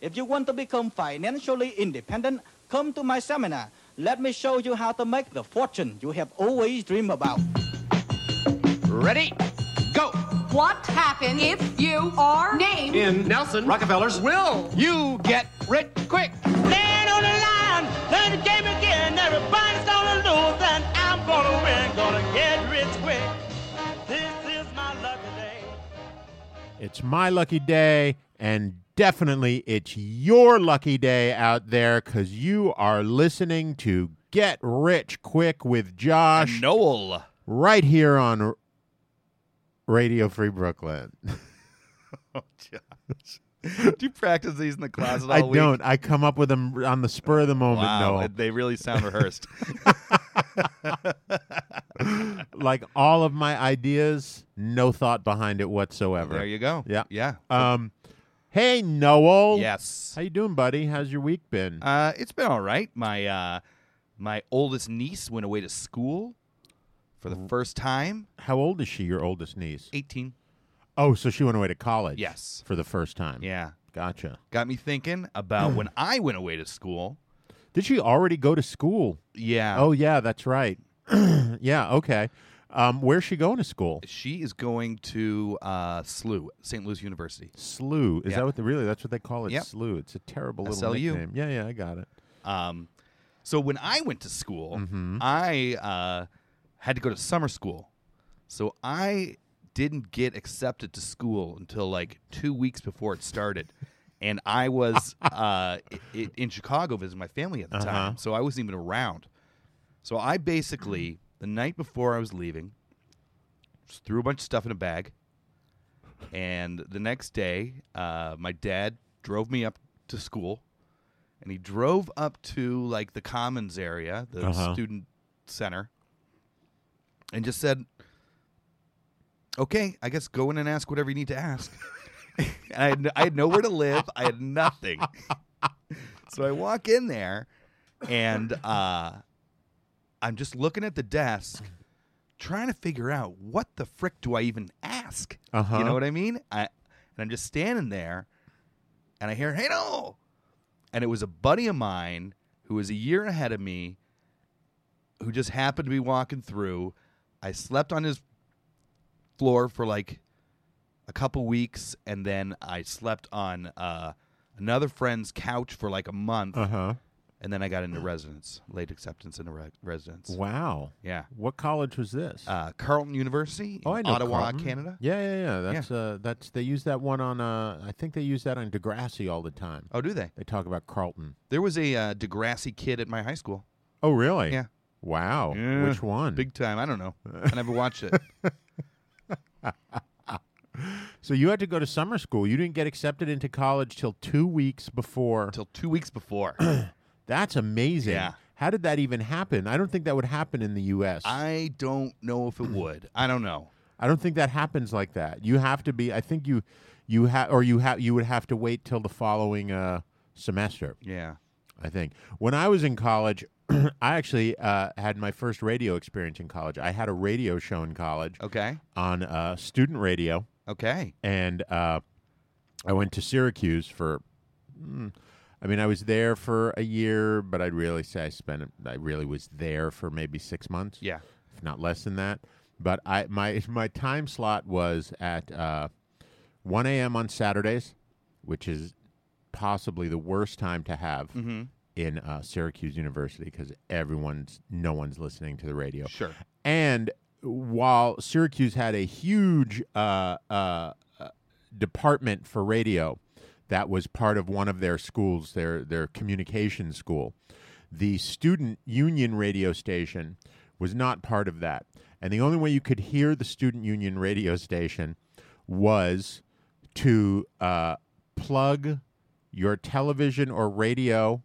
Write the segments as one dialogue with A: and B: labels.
A: If you want to become financially independent, come to my seminar. Let me show you how to make the fortune you have always dreamed about.
B: Ready? Go!
C: What happens if you are named
B: In Nelson Rockefeller's will, you get rich quick.
D: Stand on the line, play the game again. Everybody's gonna lose, and I'm gonna win. Gonna get rich quick. This is my lucky day.
E: It's my lucky day, and definitely it's your lucky day out there because you are listening to Get Rich Quick with Josh
B: Noel.
E: right here on R- Radio Free Brooklyn.
F: Oh, Josh. Do you practice these in the closet all
E: I
F: week?
E: don't. I come up with them on the spur of the moment,
F: Wow,
E: Noel.
F: they really sound rehearsed.
E: like all of my ideas, no thought behind it whatsoever.
F: there you go.
E: Yeah.
F: Yeah.
E: Um, hey, Noel.
F: yes.
E: How you doing, buddy? How's your week been?
F: Uh, it's been all right. My uh, my oldest niece went away to school for the first time.
E: How old is she, your oldest niece?
F: Eighteen.
E: Oh, so she went away to college.
F: Yes.
E: For the first time.
F: Yeah.
E: Gotcha.
F: Got me thinking about when I went away to school.
E: Did she already go to school?
F: Yeah.
E: Oh, yeah, that's right. yeah, okay. Um, where's she going to school?
F: She is going to uh, SLU, St. Louis University.
E: SLU. Is
F: Yeah.
E: that what they really? That's what they call it.
F: Yep.
E: SLU. It's a terrible little
F: SLU.
E: nickname. Yeah, yeah, I got it.
F: Um, so when I went to school, I uh, had to go to summer school. So I didn't get accepted to school until like two weeks before it started. And I was uh, i- i- in Chicago visiting my family at the time. So I wasn't even around. So I basically, the night before I was leaving, just threw a bunch of stuff in a bag. And the next day, uh, my dad drove me up to school, and he drove up to like the commons area, the
E: Uh-huh.
F: student center, and just said, "Okay, I guess go in and ask whatever you need to ask." and I had, I had nowhere to live. I had nothing. so I walk in there, and uh, I'm just looking at the desk, trying to figure out what the frick do I even ask. You
E: Uh-huh.
F: know what I mean? I and I'm just standing there, and I hear, "Hey, no!" And it was a buddy of mine who was a year ahead of me, who just happened to be walking through. I slept on his floor for like a couple weeks, and then I slept on uh, another friend's couch for like a month,
E: Uh huh.
F: and then I got into residence, late acceptance into re- residence.
E: Wow.
F: Yeah.
E: What college was this?
F: Uh, Carleton University, in
E: oh, I know
F: Ottawa,
E: Carleton.
F: Canada.
E: Yeah, yeah, yeah. That's uh, that's they use that one on. Uh, I think they use that on Degrassi all the time.
F: Oh, do they?
E: They talk about Carlton.
F: There was a uh, Degrassi kid at my high school.
E: Oh, really?
F: Yeah.
E: Wow.
F: Yeah.
E: Which one?
F: Big time. I don't know. I never watched it.
E: So you had to go to summer school. You didn't get accepted into college till two weeks before.
F: Until two weeks before.
E: That's amazing.
F: Yeah.
E: How did that even happen? I don't think that would happen in the U.S.
F: I don't know if it
E: Hmm.
F: would. I don't know.
E: I don't think that happens like that. You have to be. I think you, you have, or you have, you would have to wait till the following uh, semester.
F: Yeah.
E: I think when I was in college, I actually uh, had my first radio experience in college. I had a radio show in college
F: Okay.
E: on uh, student radio.
F: Okay.
E: and uh, I went to Syracuse for. mm, I mean, I was there for a year, but I'd really say I spent. I really was there for maybe six months.
F: Yeah.
E: if not less than that. But I my my time slot was at uh, one a.m. on Saturdays, which is possibly the worst time to have. In uh, Syracuse University, because everyone's no one's listening to the radio.
F: Sure.
E: And while Syracuse had a huge uh, uh, uh, department for radio that was part of one of their schools, their their communication school, the student union radio station was not part of that. And the only way you could hear the student union radio station was to uh, plug your television or radio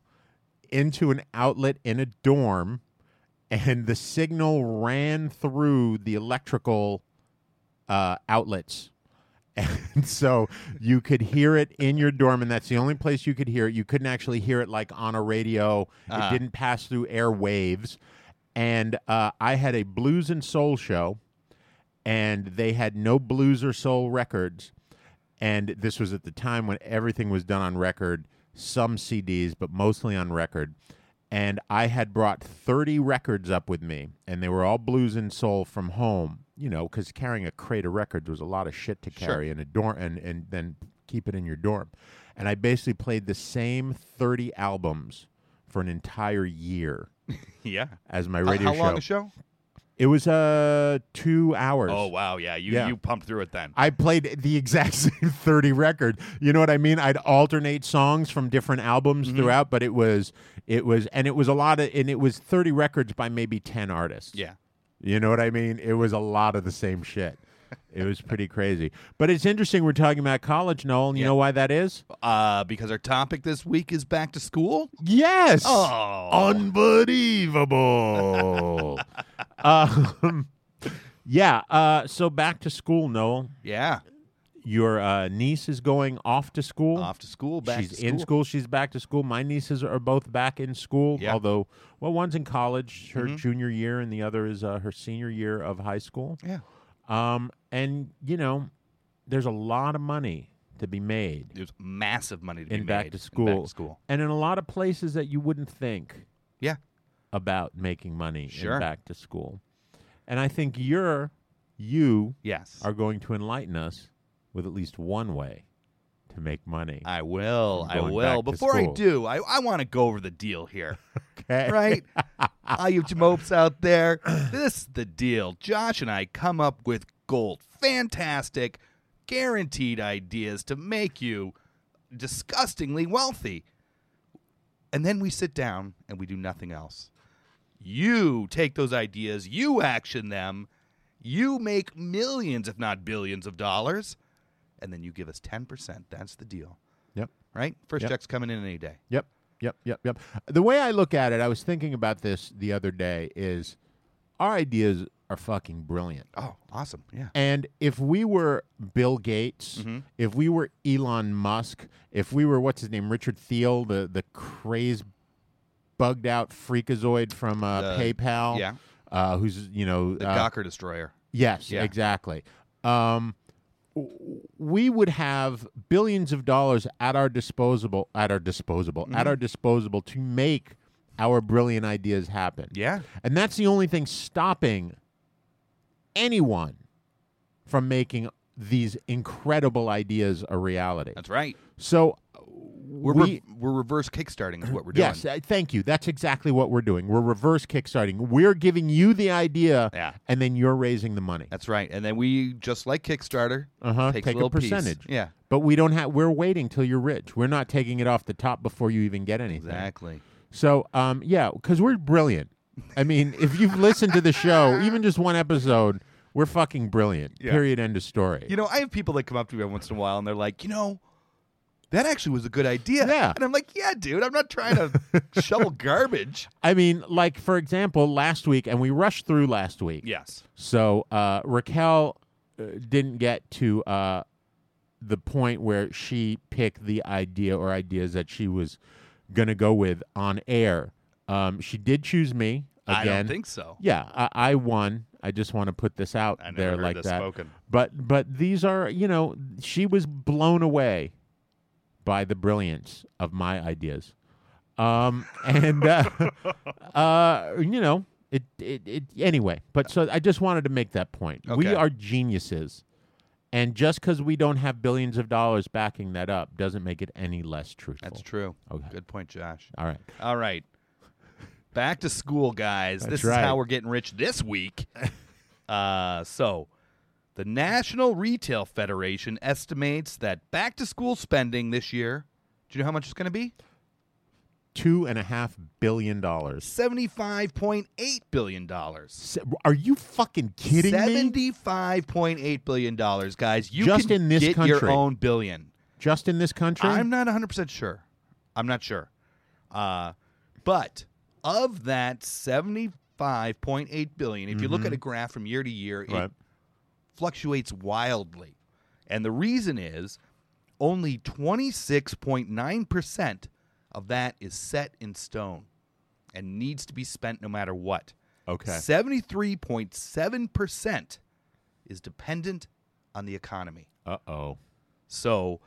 E: into an outlet in a dorm and the signal ran through the electrical uh, outlets. And so you could hear it in your dorm, and that's the only place you could hear it. You couldn't actually hear it like on a radio,
F: Ah.
E: it didn't pass through airwaves. And uh, I had a blues and soul show, and they had no blues or soul records. And this was at the time when everything was done on record. some CDs, but mostly on record. And I had brought 30 records up with me, and they were all blues and soul from home, you know, because carrying a crate of records was a lot of shit to
F: Sure.
E: carry in a dorm and, and then keep it in your dorm. And I basically played the same 30 albums for an entire year
F: yeah.
E: as my
F: How-
E: radio
F: how, long a show?
E: It was uh, two hours.
F: Oh wow, yeah. You
E: Yeah.
F: you pumped through it then.
E: I played the exact same 30 record. You know what I mean? I'd alternate songs from different albums
F: Mm-hmm.
E: throughout, but it was it was and it was a lot of and it was 30 records by maybe 10 artists.
F: yeah.
E: You know what I mean? It was a lot of the same shit. It was pretty crazy. But it's interesting we're talking about college, Noel, and you
F: Yeah.
E: know why that is?
F: Uh, because our topic this week is back to school.
E: Yes.
F: Oh.
E: Unbelievable. um, yeah, uh, so back to school, Noel.
F: Yeah.
E: Your uh, niece is going off to school.
F: Off to school, back
E: she's
F: to school.
E: in school. She's back to school. My nieces are both back in school,
F: Yeah. Mm-hmm.
E: although well, one's in college, her junior year, and the other is uh, her senior year of high school.
F: Yeah.
E: Um, and you know, there's a lot of money to be made
F: There's massive money to be
E: in
F: made
E: back to school,
F: In back to school.
E: and in a lot of places that you wouldn't think
F: Yeah.
E: about making money in
F: Sure.
E: back to school. And I think you're you
F: Yes.
E: are going to enlighten us with at least one way to make money.
F: I will.
E: From
F: I
E: going
F: will.
E: back to
F: Before I
E: school.
F: do, I, I want to go over the deal here.
E: Okay.
F: right? All you jamopes out there, this is the deal. Josh and I come up with gold, fantastic, guaranteed ideas to make you disgustingly wealthy. And then we sit down and we do nothing else. You take those ideas, you action them, you make millions, if not billions, of dollars, and then you give us 10%. That's the deal,
E: Yep.
F: right? First
E: Yep.
F: check's coming in any day.
E: Yep. Yep. Yep. Yep. The way I look at it, I was thinking about this the other day, is our ideas are fucking brilliant.
F: Oh, awesome. Yeah.
E: And if we were Bill Gates,
F: Mm-hmm.
E: if we were Elon Musk, if we were what's his name, Richard Thiel, the the crazed, bugged out freakazoid from uh,
F: The-
E: PayPal,
F: yeah.
E: uh, who's you know
F: The
E: uh,
F: Docker Destroyer.
E: Yes,
F: Yeah.
E: exactly. Um, w- we would have billions of dollars at our disposable, at our disposable,
F: Mm-hmm.
E: at our disposable to make our brilliant ideas happen.
F: Yeah.
E: and that's the only thing stopping anyone from making these incredible ideas a reality.
F: That's right.
E: So uh,
F: We're
E: we,
F: re- we're reverse kickstarting is what we're doing.
E: Yes, uh, thank you. That's exactly what we're doing. We're reverse kickstarting. We're giving you the idea,
F: Yeah.
E: and then you're raising the money.
F: That's right. And then we just like Kickstarter,
E: Uh-huh.
F: takes
E: Take
F: a
E: a,
F: little piece.
E: percentage.
F: Yeah.
E: But we don't have we're waiting till you're rich. We're not taking it off the top before you even get anything.
F: Exactly.
E: So um yeah, cuz we're brilliant. I mean, if you've listened to the show, even just one episode, we're fucking brilliant.
F: Yeah.
E: Period end of story.
F: You know, I have people that come up to me every once in a while and they're like, you know, that actually was a good idea.
E: Yeah.
F: And I'm like, yeah, dude, I'm not trying to shovel garbage.
E: I mean, like for example, last week and we rushed through last week.
F: Yes.
E: So uh, Raquel uh, didn't get to uh, the point where she picked the idea or ideas that she was going to go with on air. Um, she did choose me again.
F: I don't think so.
E: Yeah, I, I won. I just want to put this out
F: I never
E: there
F: heard
E: like
F: this
E: that.
F: spoken.
E: But but these are you know she was blown away by the brilliance of my ideas, um, and uh, uh, you know it, it it anyway. But so I just wanted to make that point. We
F: Okay.
E: are geniuses, and just because we don't have billions of dollars backing that up doesn't make it any less truthful.
F: That's true.
E: Okay.
F: Good point, Josh.
E: All right.
F: All right. Back to school, guys.
E: That's
F: this
E: right.
F: is how we're getting rich this week. uh, so, the National Retail Federation estimates that back to school spending this year, do you know how much it's going to be?
E: Two and a half billion dollars.
F: $75.8 billion. $75.8
E: Se- Are you fucking kidding me?
F: billion, guys. You
E: Just
F: can
E: in this
F: get your
E: country.
F: own billion.
E: Just in this country?
F: I'm not 100% sure. I'm not sure. Uh, but of that 75.8 billion, if you look at a graph from year to year,
E: Mm-hmm. Right.
F: it fluctuates wildly. And the reason is only 26.9% of that is set in stone and needs to be spent no matter what.
E: Okay.
F: 73.7% is dependent on the economy.
E: Uh oh.
F: So,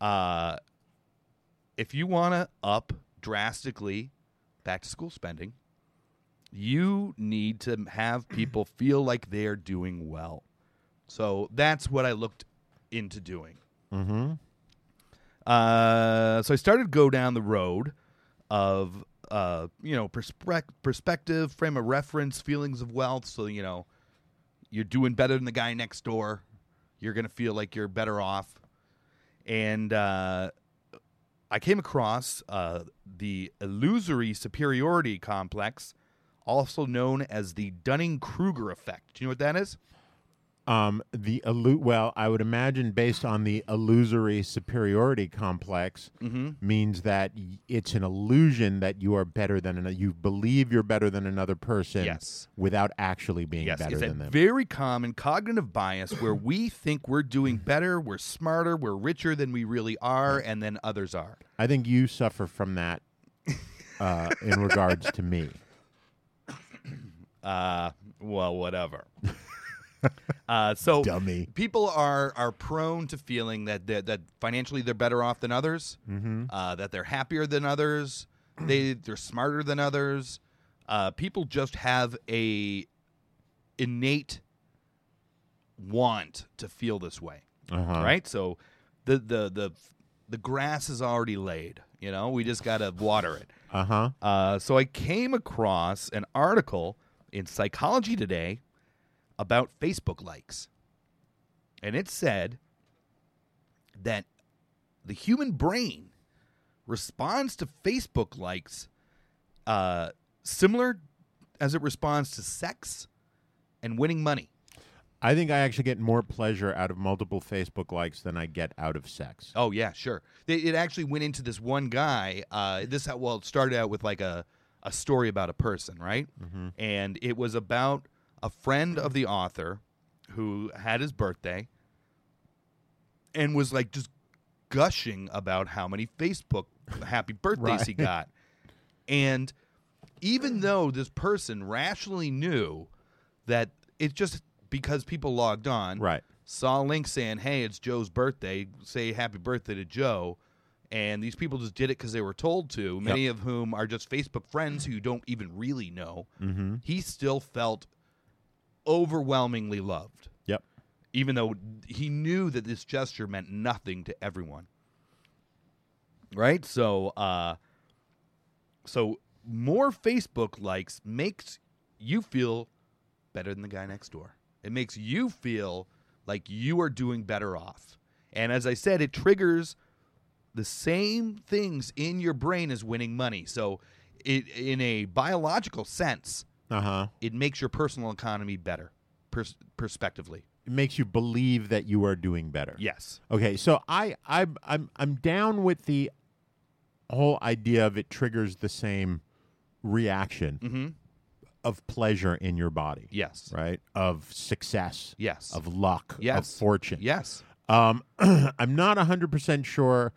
F: uh, if you want to up drastically back to school spending, you need to have people feel like they're doing well. So that's what I looked into doing. Uh, so I started to go down the road of uh, you know perspec- perspective, frame of reference, feelings of wealth. So you know you're doing better than the guy next door. You're gonna feel like you're better off. And uh, I came across uh, the illusory superiority complex, also known as the Dunning Kruger effect. Do you know what that is?
E: Um, the illu- well, I would imagine based on the illusory superiority complex
F: Mm-hmm.
E: means that y- it's an illusion that you are better than another. You believe you're better than another person,
F: Yes.
E: without actually being
F: Yes,
E: better
F: it's a
E: than them.
F: very common cognitive bias where we think we're doing better, we're smarter, we're richer than we really are, and then others are.
E: I think you suffer from that uh, in regards to me.
F: Uh, well, whatever. uh, so
E: Dummy.
F: people are are prone to feeling that that, that financially they're better off than others, uh, that they're happier than others, they they're smarter than others. Uh, people just have a innate want to feel this way,
E: Uh-huh.
F: right? So the the the the grass is already laid. You know, we just gotta water it.
E: Uh huh.
F: Uh, so I came across an article in Psychology Today about Facebook likes. And it said that the human brain responds to Facebook likes uh, similar as it responds to sex and winning money.
E: I think I actually get more pleasure out of multiple Facebook likes than I get out of sex.
F: Oh yeah, sure. They, it actually went into this one guy. Uh, this well, it started out with like a a story about a person, right? And it was about a friend of the author who had his birthday and was like just gushing about how many Facebook happy birthdays he got. And even though this person rationally knew that it's just because people logged on,
E: Right.
F: saw a link saying, "Hey, it's Joe's birthday. Say happy birthday to Joe." And these people just did it because they were told to. Many of whom are just Facebook friends who you don't even really know. Mm-hmm. He still felt overwhelmingly loved
E: Yep.
F: even though he knew that this gesture meant nothing to everyone. Right? So, uh, so more Facebook likes makes you feel better than the guy next door. It makes you feel like you are doing better off. And as I said, it triggers the same things in your brain as winning money. So, it, in a biological sense,
E: Uh huh.
F: it makes your personal economy better, pers- perspectively.
E: It makes you believe that you are doing better.
F: Yes.
E: Okay, so I I I'm I'm down with the whole idea of it triggers the same reaction of pleasure in your body.
F: Mm. Mm-hmm. Yes.
E: Right? Of success.
F: Yes.
E: Of luck. Of
F: Yes.
E: fortune.
F: Yes.
E: Um I'm not 100% sure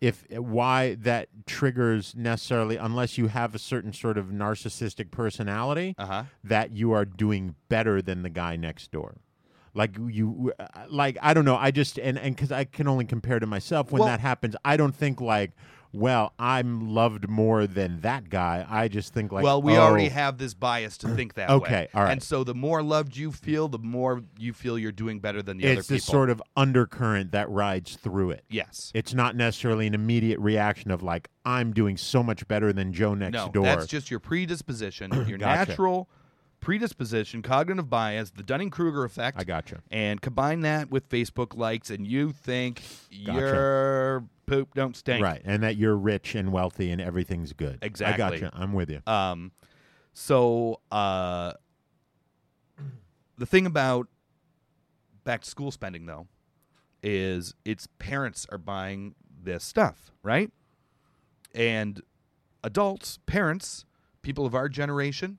E: if uh, why that triggers necessarily unless you have a certain sort of narcissistic personality
F: Uh-huh.
E: that you are doing better than the guy next door. Like you, uh, like I don't know. I just and and because I can only compare to myself when
F: Well-
E: that happens. I don't think like, well, I'm loved more than that guy. I just think like,
F: well, we
E: oh,
F: already have this bias to think that way.
E: Okay, all right.
F: And so the more loved you feel, the more you feel you're doing better than the other
E: It's
F: people.
E: this sort of undercurrent that rides through it.
F: yes.
E: It's not necessarily an immediate reaction of like I'm doing so much better than Joe next
F: no,
E: door.
F: that's just your predisposition, your
E: Gotcha.
F: natural predisposition, cognitive bias, the Dunning-Kruger effect.
E: I gotcha.
F: And combine that with Facebook likes, and you think
E: Gotcha.
F: your poop don't stink.
E: right, and that you're rich and wealthy and everything's good.
F: Exactly.
E: I gotcha. I'm with you.
F: Um, so uh, the thing about back to school spending though is its parents are buying this stuff, right? And adults, parents, people of our generation,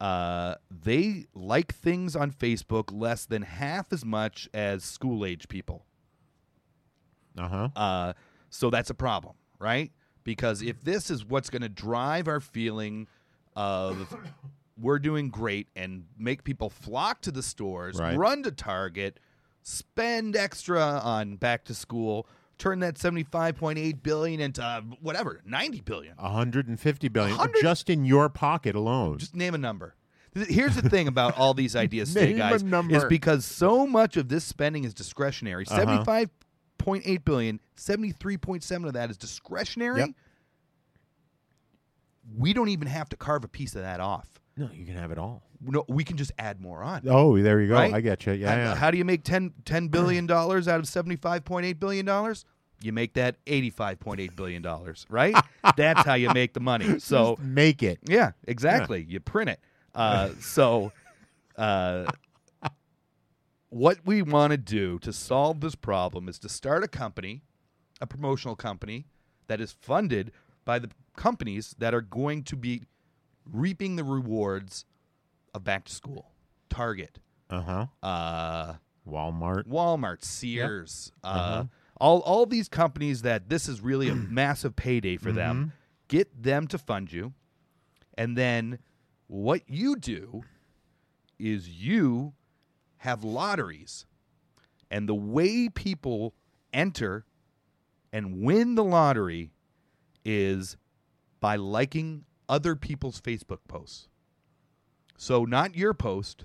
F: uh, they like things on Facebook less than half as much as school age people.
E: Uh huh.
F: Uh, so that's a problem, right? Because if this is what's going to drive our feeling of we're doing great and make people flock to the stores,
E: Right.
F: run to Target, spend extra on back to school, turn that 75.8 billion into uh, whatever, 90 billion.
E: 150 billion
F: 100
E: just in your pocket alone.
F: Just name a number. Th- Here's the thing about all these ideas, today,
E: Name a
F: guys, is
E: number.
F: because so much of this spending is discretionary.
E: Uh-huh.
F: 75.8 billion, 73.7 of that is discretionary.
E: Yep.
F: We don't even have to carve a piece of that off.
E: no, you can have it all.
F: No, we can just add more on.
E: Oh, there you go.
F: right?
E: I get you. Yeah,
F: How,
E: yeah.
F: how do you make 10, $10 billion dollars out of seventy five point eight billion dollars? You make that eighty five point eight billion dollars, right? That's how you make the money. So
E: Make it.
F: yeah, exactly. You print it. Uh, so uh, what we want to do to solve this problem is to start a company, a promotional company that is funded by the companies that are going to be reaping the rewards of back to school. Target,
E: Uh huh.
F: uh,
E: Walmart.
F: Walmart, Sears, uh, all all these companies that this is really a massive payday for them. Get them to fund you, and then what you do is you have lotteries, and the way people enter and win the lottery is by liking other people's Facebook posts. So not your post,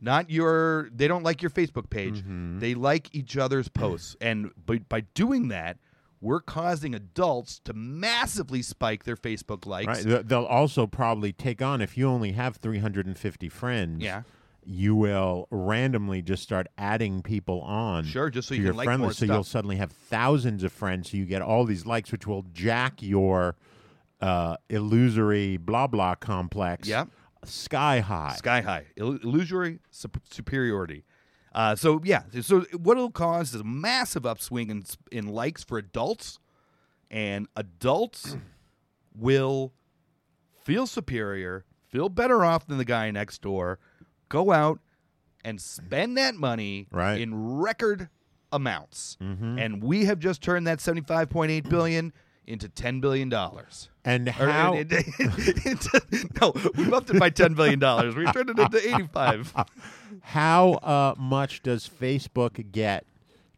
F: not your they don't like your Facebook page. They like each other's posts. And by, by doing that, we're causing adults to massively spike their Facebook likes.
E: Right. Th- They'll also probably take on if you only have 350 friends.
F: Yeah.
E: You will randomly just start adding people on.
F: Sure, just so
E: to
F: you
E: your
F: can like
E: friend
F: more
E: list. So you'll
F: stuff.
E: suddenly have thousands of friends. So you get all these likes, which will jack your uh, illusory blah blah complex.
F: Yep.
E: Sky high.
F: Sky high, Ill- illusory sup- superiority. Uh, so yeah, so what it'll cause is a massive upswing in s- in likes for adults, and adults will feel superior, feel better off than the guy next door, go out and spend that money
E: Right. Mm-hmm.
F: in record amounts, and we have just turned that seventy five point eight billion into ten billion dollars.
E: and
F: Or,
E: how?
F: it- it- it- no, we upped it by ten billion dollars. We turned it into eighty-five.
E: How uh, much does Facebook get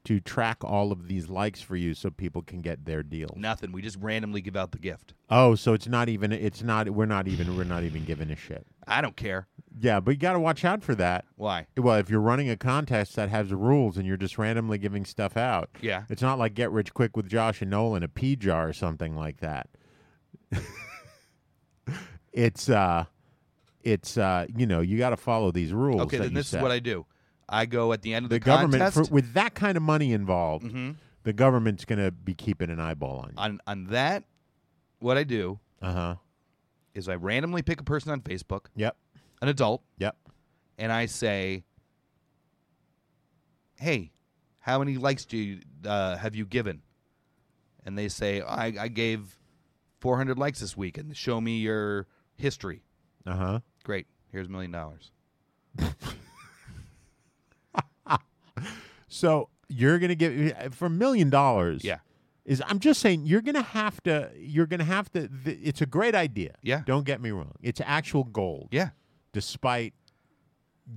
E: to track all of these likes for you so people can get their deal?
F: Nothing. We just randomly give out the gift.
E: Oh, so it's not even it's not we're not even we're not even giving a shit.
F: I don't care
E: Yeah, but you got to watch out for that.
F: why.
E: Well, if you're running a contest that has rules and you're just randomly giving stuff out,
F: Yeah.
E: it's not like get rich quick with Josh and Nolan, a pea jar or something like that. it's uh, it's uh, you know, you got to follow these rules.
F: Okay,
E: that
F: then
E: you
F: this
E: set.
F: is what I do. I go at the end of the,
E: the government for,
F: contest Mm-hmm.
E: with that kind of money involved, the government's going to be keeping an eyeball on you.
F: on on that. What I do
E: Uh huh.
F: is I randomly pick a person on Facebook,
E: Yep.
F: an adult,
E: Yep.
F: and I say, "Hey, how many likes do you uh, have you given?" And they say, "I, I gave 400 likes this week, and show me your history."
E: Uh huh.
F: Great. Here's a million dollars.
E: So you're going to get for a million dollars.
F: Yeah.
E: Is I'm just saying you're going to have to you're going to have to th- it's a great idea.
F: Yeah.
E: Don't get me wrong. It's actual gold.
F: Yeah.
E: Despite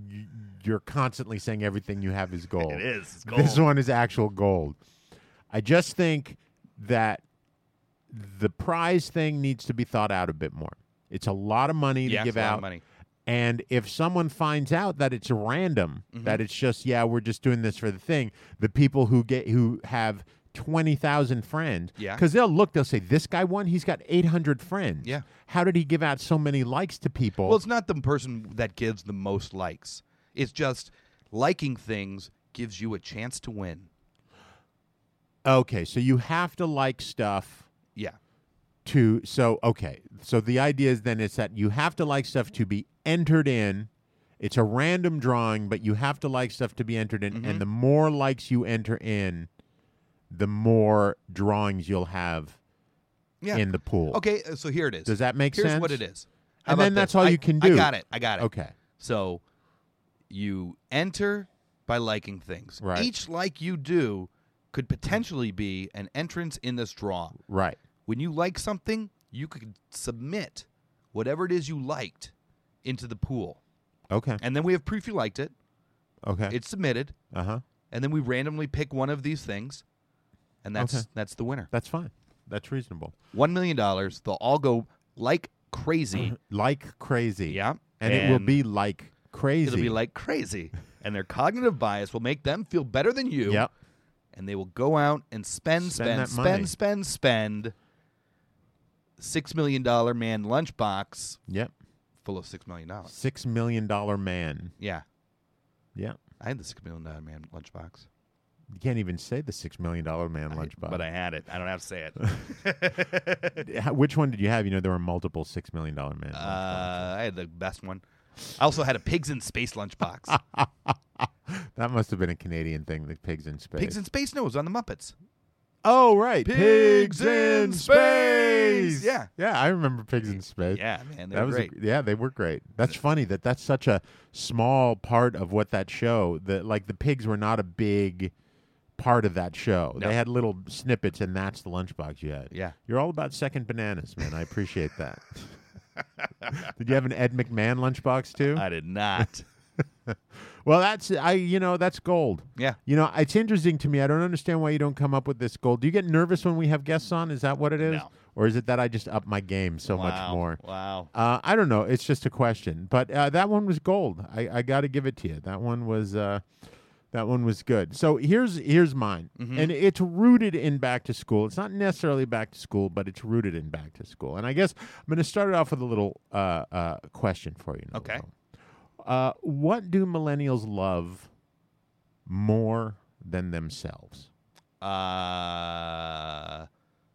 E: y- you're constantly saying everything you have is gold.
F: is.
E: This one is actual gold. I just think that the prize thing needs to be thought out a bit more. It's a lot of money
F: Yeah,
E: to
F: it's
E: give
F: a lot of
E: out.
F: money.
E: And if someone finds out that it's random,
F: Mm-hmm.
E: that it's just yeah, we're just doing this for the thing, the people who get who have twenty thousand friends,
F: Yeah.
E: because they'll look, they'll say this guy won, he's got eight hundred friends,
F: Yeah.
E: How did he give out so many likes to people?
F: Well, it's not the person that gives the most likes. It's just liking things gives you a chance to win.
E: okay, so you have to like stuff
F: Yeah.
E: to so okay so the idea is then is that you have to like stuff to be entered in it's a random drawing but you have to like stuff to be entered in
F: Mm-hmm.
E: and the more likes you enter in the more drawings you'll have
F: Yeah.
E: in the pool
F: Okay, uh, so here it is.
E: Does that make
F: Here's
E: sense?
F: what it is.
E: And
F: about
E: then that's
F: this?
E: all
F: I-
E: you can
F: I
E: do.
F: got it. I got it.
E: okay
F: So you enter by liking things.
E: Right.
F: Each like you do could potentially be an entrance in this draw.
E: right
F: When you like something, you could submit whatever it is you liked into the pool.
E: okay
F: And then we have proof you liked it.
E: okay
F: It's submitted.
E: uh-huh
F: And then we randomly pick one of these things and that's
E: Okay.
F: that's the winner.
E: That's fine. That's reasonable.
F: One million dollars. They'll all go like crazy.
E: Like crazy.
F: Yeah.
E: And, it will
F: And
E: be like crazy.
F: It'll be like crazy, and their cognitive bias will make them feel better than you.
E: Yep.
F: And they will go out and spend,
E: Spend
F: spend,
E: that
F: spend,
E: money.
F: spend, spend. Six million dollar man lunchbox
E: Yep.
F: full of six million dollars.
E: Six million dollar man.
F: Yeah,
E: Yeah.
F: I had the six million dollar man lunchbox.
E: You can't even say the six million dollar man lunchbox.
F: But I had it. I don't have to say it.
E: H- Which one did you have? You know, there were multiple six million dollar man.
F: Uh, I had the best one. I also had a pigs in space lunchbox.
E: lunchbox. that must have been a Canadian thing. The pigs in space.
F: Uh, pigs in space? No, it was on the Muppets.
E: oh right,
F: Pigs in Space!
E: Yeah,
F: Yeah.
E: yeah, I remember pigs in space.
F: Yeah, man, they
E: that
F: were
E: was a-
F: great.
E: yeah, they were great. That's funny that that's such a small part of what that show. That like the pigs were not a big part of that show.
F: No.
E: They had little snippets, and that's the lunchbox you had.
F: Yeah.
E: you're all about second bananas, man. I appreciate that. Did you have an Ed McMahon lunchbox too?
F: I did not.
E: Well, that's I. You know, that's gold.
F: Yeah.
E: You know, it's interesting to me. I don't understand why you don't come up with this gold. Do you get nervous when we have guests on? Is that what it is,
F: No.
E: or is it that I just up my game so much
F: Wow,
E: more?
F: Wow.
E: Uh, I don't know. It's just a question, but uh, that one was gold. I, I got to give it to you. That one was uh, that one was good. So here's here's mine, and it's rooted in back to school. It's not necessarily back to school, but it's rooted in back to school. And I guess I'm going to start it off with a little uh, uh, question for you.
F: Okay.
E: Noel. Uh, what do millennials love more than themselves?
F: Uh,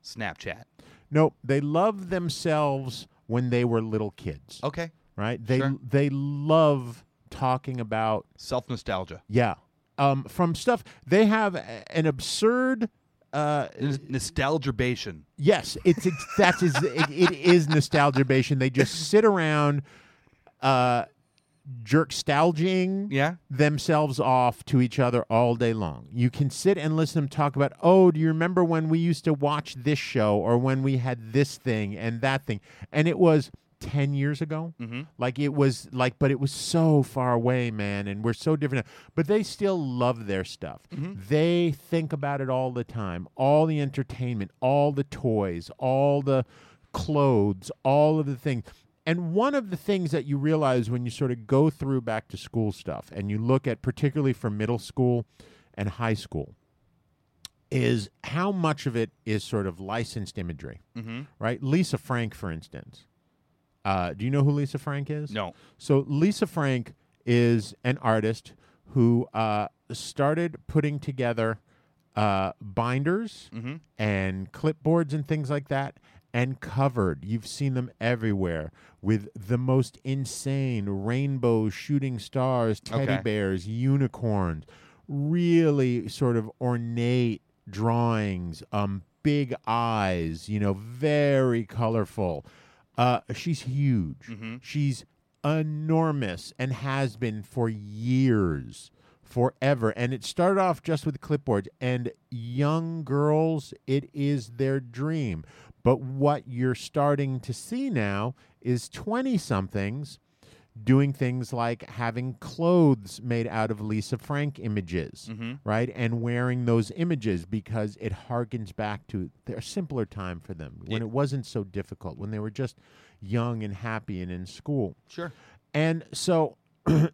F: Snapchat.
E: No, they love themselves when they were little kids.
F: Okay.
E: right? They
F: Sure.
E: they love talking about
F: Self nostalgia.
E: yeah, um, from stuff they have a- an absurd. Uh,
F: Nostalgiabation.
E: yes, it's, it's that's is it, it is nostalgiabation. They just sit around, uh, jerk stalging
F: Yeah.
E: themselves off to each other all day long. You can sit and listen to them talk about, oh, do you remember when we used to watch this show or when we had this thing and that thing? And it was 10 years ago. Like it was like, but it was so far away, man. And we're so different. now. But they still love their stuff. They think about it all the time all the entertainment, all the toys, all the clothes, all of the things. And one of the things that you realize when you sort of go through back to school stuff and you look at, particularly for middle school and high school, is how much of it is sort of licensed imagery, mm-hmm. right? Lisa Frank, for instance. Uh, do you know who Lisa Frank is?
F: No.
E: So Lisa Frank is an artist who uh, started putting together uh, binders and clipboards and things like that, and covered. You've seen them everywhere with the most insane rainbow shooting stars, teddy
F: Okay.
E: bears, unicorns, really sort of ornate drawings, um, big eyes, you know, very colorful. Uh, she's huge. She's enormous and has been for years, forever. And it started off just with clipboards. And young girls, it is their dream. But what you're starting to see now is 20 somethings doing things like having clothes made out of Lisa Frank images, right? And wearing those images because it harkens back to their simpler time for them when it wasn't so difficult, when they were just young and happy and in school.
F: Sure.
E: And so the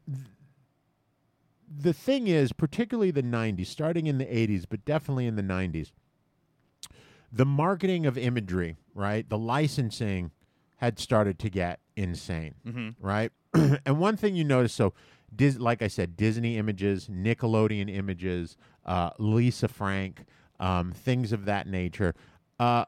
E: thing is, particularly the 90s, starting in the 80s, but definitely in the 90s, the marketing of imagery, right? The licensing had started to get insane, right? and one thing you notice so, Dis- like I said, Disney images, Nickelodeon images, uh, Lisa Frank, um, things of that nature. Uh,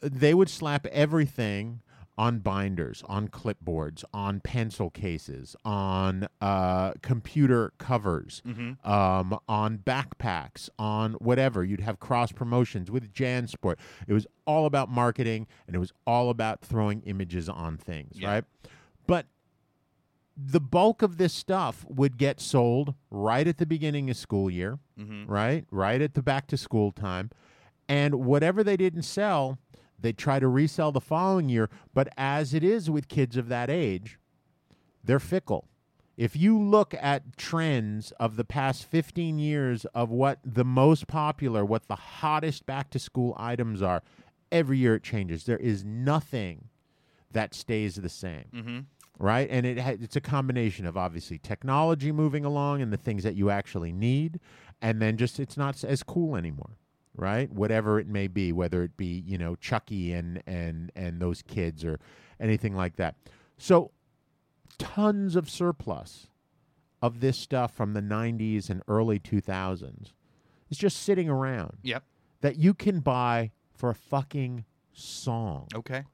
E: they would slap everything on binders, on clipboards, on pencil cases, on uh, computer covers, um, on backpacks, on whatever. You'd have cross promotions with JanSport. It was all about marketing and it was all about throwing images on things,
F: Yeah.
E: right? But the bulk of this stuff would get sold right at the beginning of school year, right? Right at the back to school time. And whatever they didn't sell, they try to resell the following year. But as it is with kids of that age, they're fickle. If you look at trends of the past 15 years of what the most popular, what the hottest back to school items are, every year it changes. There is nothing that stays the same. Right? And it ha- it's a combination of obviously technology moving along and the things that you actually need and then just it's not s- as cool anymore. Right? Whatever it may be, whether it be, you know, Chucky and and and those kids or anything like that. So tons of surplus of this stuff from the 90s and early 2000s. It's just sitting around
F: Yep.
E: that you can buy for a fucking song.
F: Okay.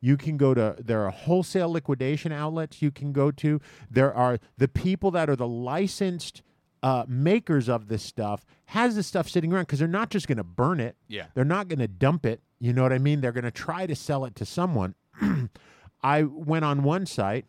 E: You can go to there are wholesale liquidation outlets you can go to. There are the people that are the licensed uh, makers of this stuff has this stuff sitting around because they're not just going to burn it.
F: Yeah.
E: they're not going to dump it. You know what I mean? They're going to try to sell it to someone. I went on one site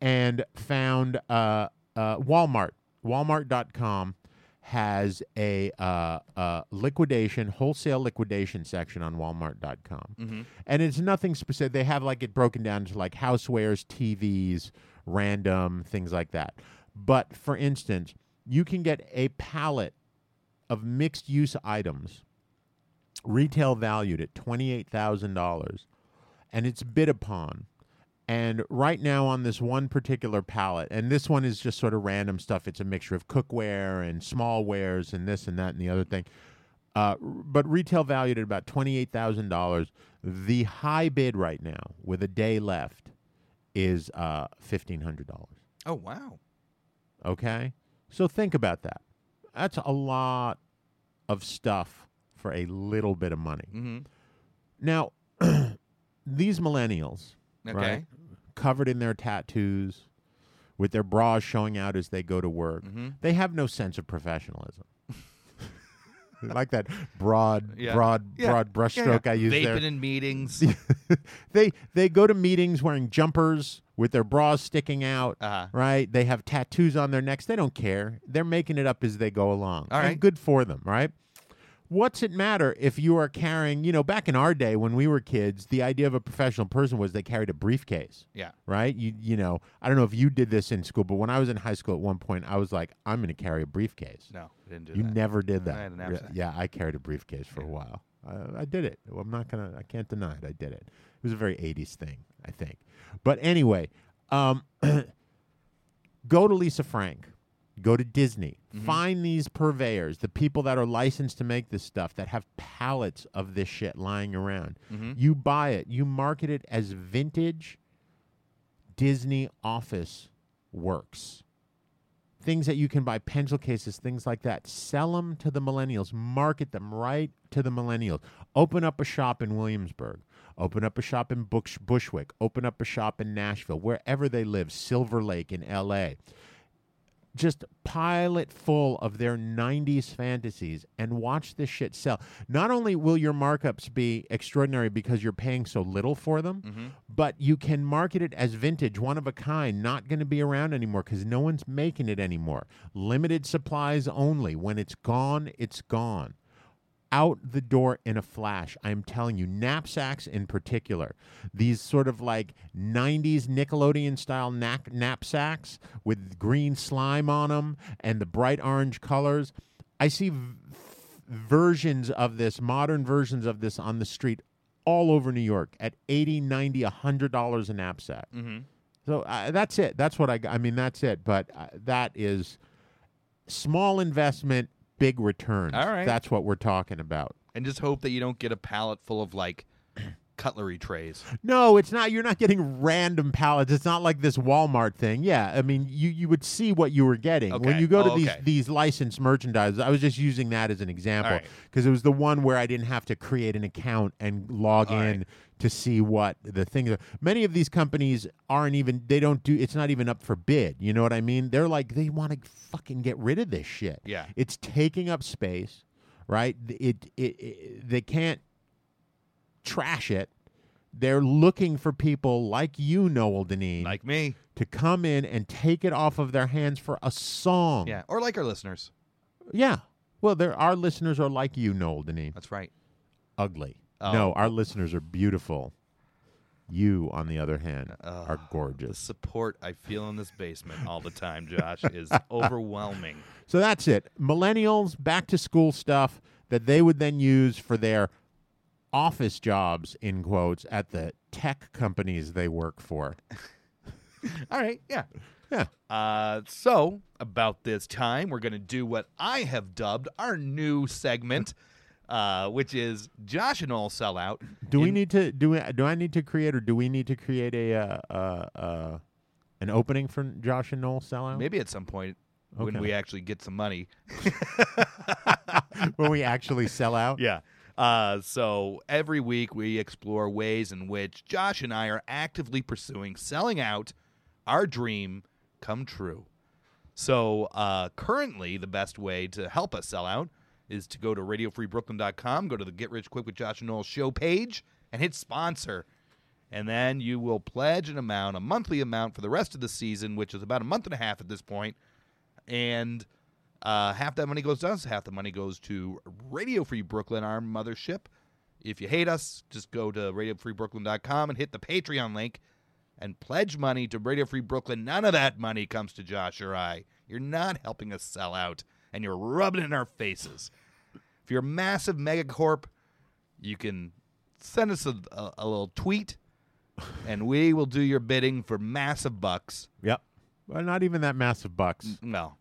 E: and found uh, uh, Walmart. Walmart.com has a uh, uh, liquidation, wholesale liquidation section on Walmart.com. And it's nothing specific. They have like it broken down to like housewares, TVs, random things like that. But for instance, you can get a pallet of mixed use items, retail valued at $28,000 and it's bid upon. And right now on this one particular palette, and this one is just sort of random stuff. It's a mixture of cookware and small wares and this and that and the other thing. Uh, r- but retail valued at about twenty-eight thousand dollars. The high bid right now, with a day left, is uh, fifteen hundred dollars.
F: Oh wow.
E: Okay? So think about that. That's a lot of stuff for a little bit of money.
F: Mm-hmm.
E: Now, these millennials,
F: Okay.
E: right, covered in their tattoos, with their bras showing out as they go to work,
F: Mm-hmm.
E: they have no sense of professionalism. They like that broad,
F: Yeah.
E: broad,
F: Yeah.
E: broad
F: Yeah,
E: brushstroke
F: yeah.
E: I use
F: Vaping
E: there
F: in meetings.
E: they they go to meetings wearing jumpers with their bras sticking out,
F: Uh-huh.
E: right? They have tattoos on their necks. They don't care. They're making it up as they go along.
F: All
E: And
F: right.
E: good for them, right? What's it matter if you are carrying, you know, back in our day when we were kids, the idea of a professional person was they carried a briefcase
F: yeah.
E: right? You you know, I don't know if you did this in school, but when I was in high school at one point, I was like, I'm going to carry a briefcase.
F: No, I didn't do
E: you
F: that.
E: never did
F: I
E: that.
F: had an
E: Re-
F: knapsack.
E: yeah, I carried a briefcase for a while. I, I did it. Well, I'm not gonna. I can't deny it. I did it. It was a very '80s thing, I think. But anyway, um, go to Lisa Frank, go to Disney,
F: Mm-hmm.
E: find these purveyors, the people that are licensed to make this stuff, that have pallets of this shit lying around.
F: Mm-hmm.
E: You buy it, you market it as vintage Disney office works. Things that you can buy, pencil cases, things like that. Sell them to the millennials. Market them right to the millennials. Open up a shop in Williamsburg. Open up a shop in Bush- Bushwick. Open up a shop in Nashville, wherever they live, Silver Lake in LA. Just pile it full of their 90s fantasies and watch this shit sell. Not only will your markups be extraordinary because you're paying so little for them, but you can market it as vintage, one of a kind, not going to be around anymore because no one's making it anymore. Limited supplies only. When it's gone, it's gone out the door in a flash. I'm telling you, knapsacks in particular, these sort of like 90s Nickelodeon style knack- knapsacks with green slime on them and the bright orange colors. I see v- versions of this, modern versions of this on the street all over New York at 80, 90, 100 dollars a knapsack.
F: Mm.
E: So uh, that's it. That's what I g- I mean that's it, but uh, that is small investment, big returns.
F: All right.
E: That's what we're talking about.
F: And just hope that you don't get a pallet full of like cutlery trays.
E: No, it's not. You're not getting random pallets. It's not like this Walmart thing. Yeah, I mean, you, you would see what you were getting when
F: Okay.
E: you go to
F: Oh,
E: these
F: okay.
E: these licensed merchandise. I was just using that as an example
F: right.
E: because it was the one where I didn't have to create an account and log
F: All
E: in
F: right.
E: to see what the things. Are. Many of these companies aren't even. They don't do. It's not even up for bid. You know what I mean? They're like they want to fucking get rid of this shit.
F: Yeah.
E: it's taking up space, right? It it, it they can't trash it. They're looking for people like you, Noel Deneen,
F: Like me.
E: to come in and take it off of their hands for a song.
F: Yeah. Or like our listeners.
E: Yeah. Well, there, our listeners are like you, Noel Deneen.
F: That's right.
E: Ugly.
F: Oh.
E: No, our listeners are beautiful. You, on the other hand, are
F: The
E: gorgeous.
F: support I feel in this basement all the time, Josh, is overwhelming.
E: So that's it. Millennials, back to school stuff that they would then use for their office jobs, in quotes, at the tech companies they work for.
F: All right, yeah.
E: Yeah.
F: Uh, so about this time, we're gonna do what I have dubbed our new segment, uh, which is Josh and all sell out.
E: Do we
F: In-
E: need to do? We, do I need to create, or do we need to create a uh, uh, uh, an opening for Josh and Noel sellout?
F: Maybe at some point when
E: Okay.
F: we actually get some money.
E: when we actually sell out.
F: Yeah. Uh, so every week we explore ways in which Josh and I are actively pursuing selling out our dream come true. So uh, currently, the best way to help us sell out is to go to radiofreebrooklyn.com, go to the Get Rich Quick with Josh and Noel show page, and hit sponsor. And then you will pledge an amount, a monthly amount for the rest of the season, which is about a month and a half at this point and uh, half that money goes to us, half the money goes to Radio Free Brooklyn, our mothership. If you hate us, just go to radiofreebrooklyn.com and hit the Patreon link and pledge money to Radio Free Brooklyn. None of that money comes to Josh or I. You're not helping us sell out, and you're rubbing it in our faces. If you're a massive megacorp, you can send us a, a, a little tweet, and we will do your bidding for massive bucks.
E: Yep. Well, not even that massive bucks.
F: No,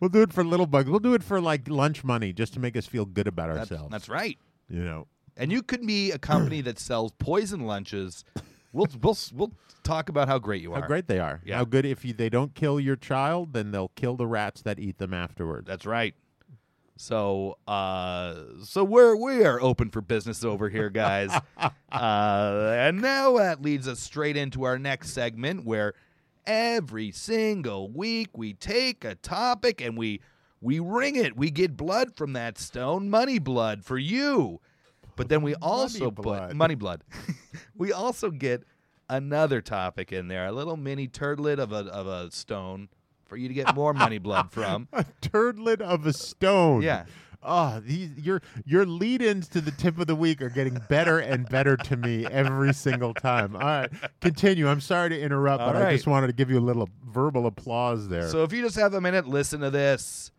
E: We'll do it for little bucks. We'll do it for like lunch money just to make us feel good about
F: that's,
E: ourselves.
F: that's right.
E: you know.
F: and you could be a company that sells poison lunches. We'll we'll we'll talk about how great you are.
E: How great they are.
F: Yeah.
E: How good if you, they don't kill your child, then they'll kill the rats that eat them afterward.
F: That's right. So uh so we're we are open for business over here, guys. uh and now that leads us straight into our next segment where every single week we take a topic and we we ring it. We get blood from that stone, money blood for you. But then we also put
E: blood.
F: money blood. we also get another topic in there, a little mini turtlet of a of a stone for you to get more money blood from.
E: a turdlet of a stone.
F: Yeah.
E: Oh, these your your lead-ins to the tip of the week are getting better and better to me every single time. All right, continue. I'm sorry to interrupt,
F: All
E: but I just
F: right.
E: wanted to give you a little verbal applause there.
F: So if you just have a minute, listen to this.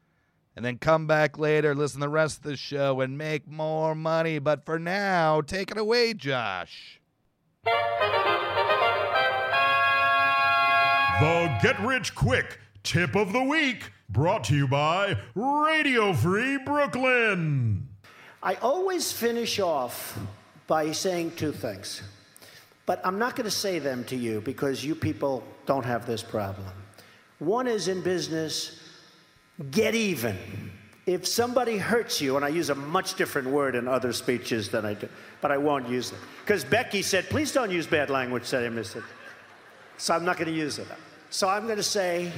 F: And then come back later, listen to the rest of the show, and make more money. But for now, take it away, Josh.
G: The Get Rich Quick Tip of the Week, brought to you by Radio Free Brooklyn.
H: I always finish off by saying two things, but I'm not going to say them to you because you people don't have this problem. One is in business, get even. If somebody hurts you, and I use a much different word in other speeches than I do, but I won't use it. Because Becky said, please don't use bad language, said I missed it. So I'm not going to use it. So I'm going to say,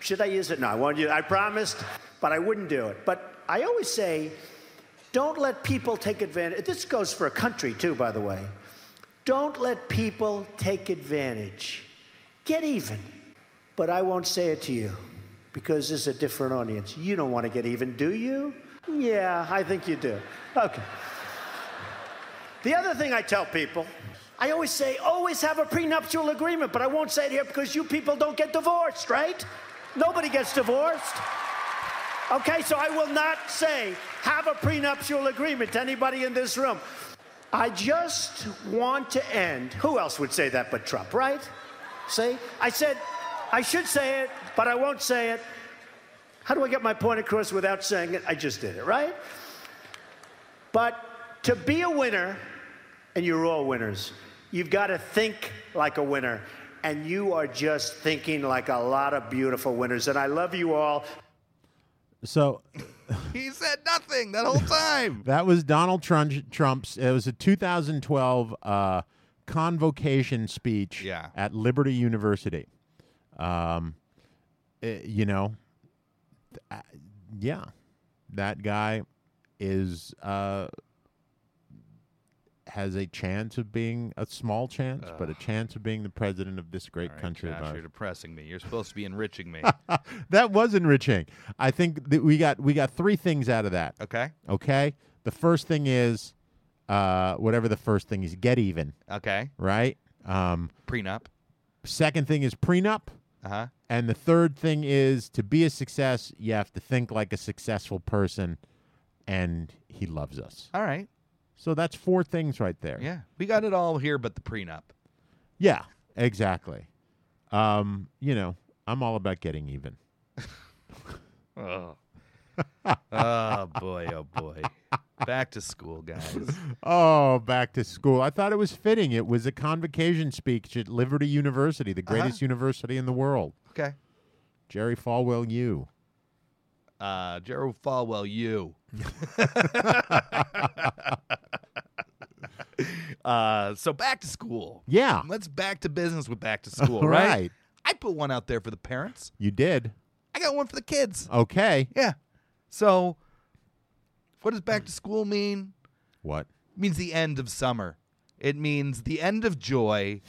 H: should I use it? No, I won't use it. I promised, but I wouldn't do it. But I always say, don't let people take advantage. This goes for a country, too, by the way. Don't let people take advantage. Get even. But I won't say it to you because this is a different audience. You don't want to get even, do you? Yeah, I think you do. Okay. The other thing I tell people, I always say, always have a prenuptial agreement, but I won't say it here because you people don't get divorced, right? Nobody gets divorced. Okay, so I will not say, have a prenuptial agreement to anybody in this room. I just want to end. Who else would say that but Trump, right? See? I said, I should say it, but I won't say it. How do I get my point across without saying it? I just did it, right? But to be a winner, and you're all winners, you've got to think like a winner. And you are just thinking like a lot of beautiful winners. And I love you all.
E: So
F: He said nothing that whole time.
E: that was Donald Trump, Trump's. It was a 2012 uh, convocation speech
F: Yeah.
E: at Liberty University. Um, eh, you know, th- I- yeah, that guy is uh, has a chance of being a small chance, but a chance of being the president of this great
F: All right,
E: country of
F: Josh,
E: ours
F: you're depressing me. You're supposed to be enriching me.
E: that was enriching. I think that we got we got three things out of that.
F: Okay.
E: Okay. The first thing is uh, whatever the first thing is, get even,
F: Okay.
E: right? Um,
F: Prenup.
E: second thing is prenup.
F: Uh huh.
E: And the third thing is to be a success, you have to think like a successful person, and he loves us.
F: All right.
E: So that's four things right there.
F: Yeah. We got it all here, but the prenup.
E: Yeah, exactly. Um, you know, I'm all about getting even.
F: Oh. oh boy. Oh boy. Back to school, guys.
E: Oh, back to school. I thought it was fitting. It was a convocation speech at Liberty University, the greatest university in the world.
F: Okay.
E: Jerry Falwell, you.
F: Uh, Gerald Falwell, you. uh, so back to school.
E: Yeah.
F: Let's back to business with back to school,
E: All
F: right?
E: right.
F: I put one out there for the parents.
E: You did.
F: I got one for the kids.
E: Okay.
F: Yeah. So what does back to school mean?
E: What?
F: It means the end of summer. It means the end of joy,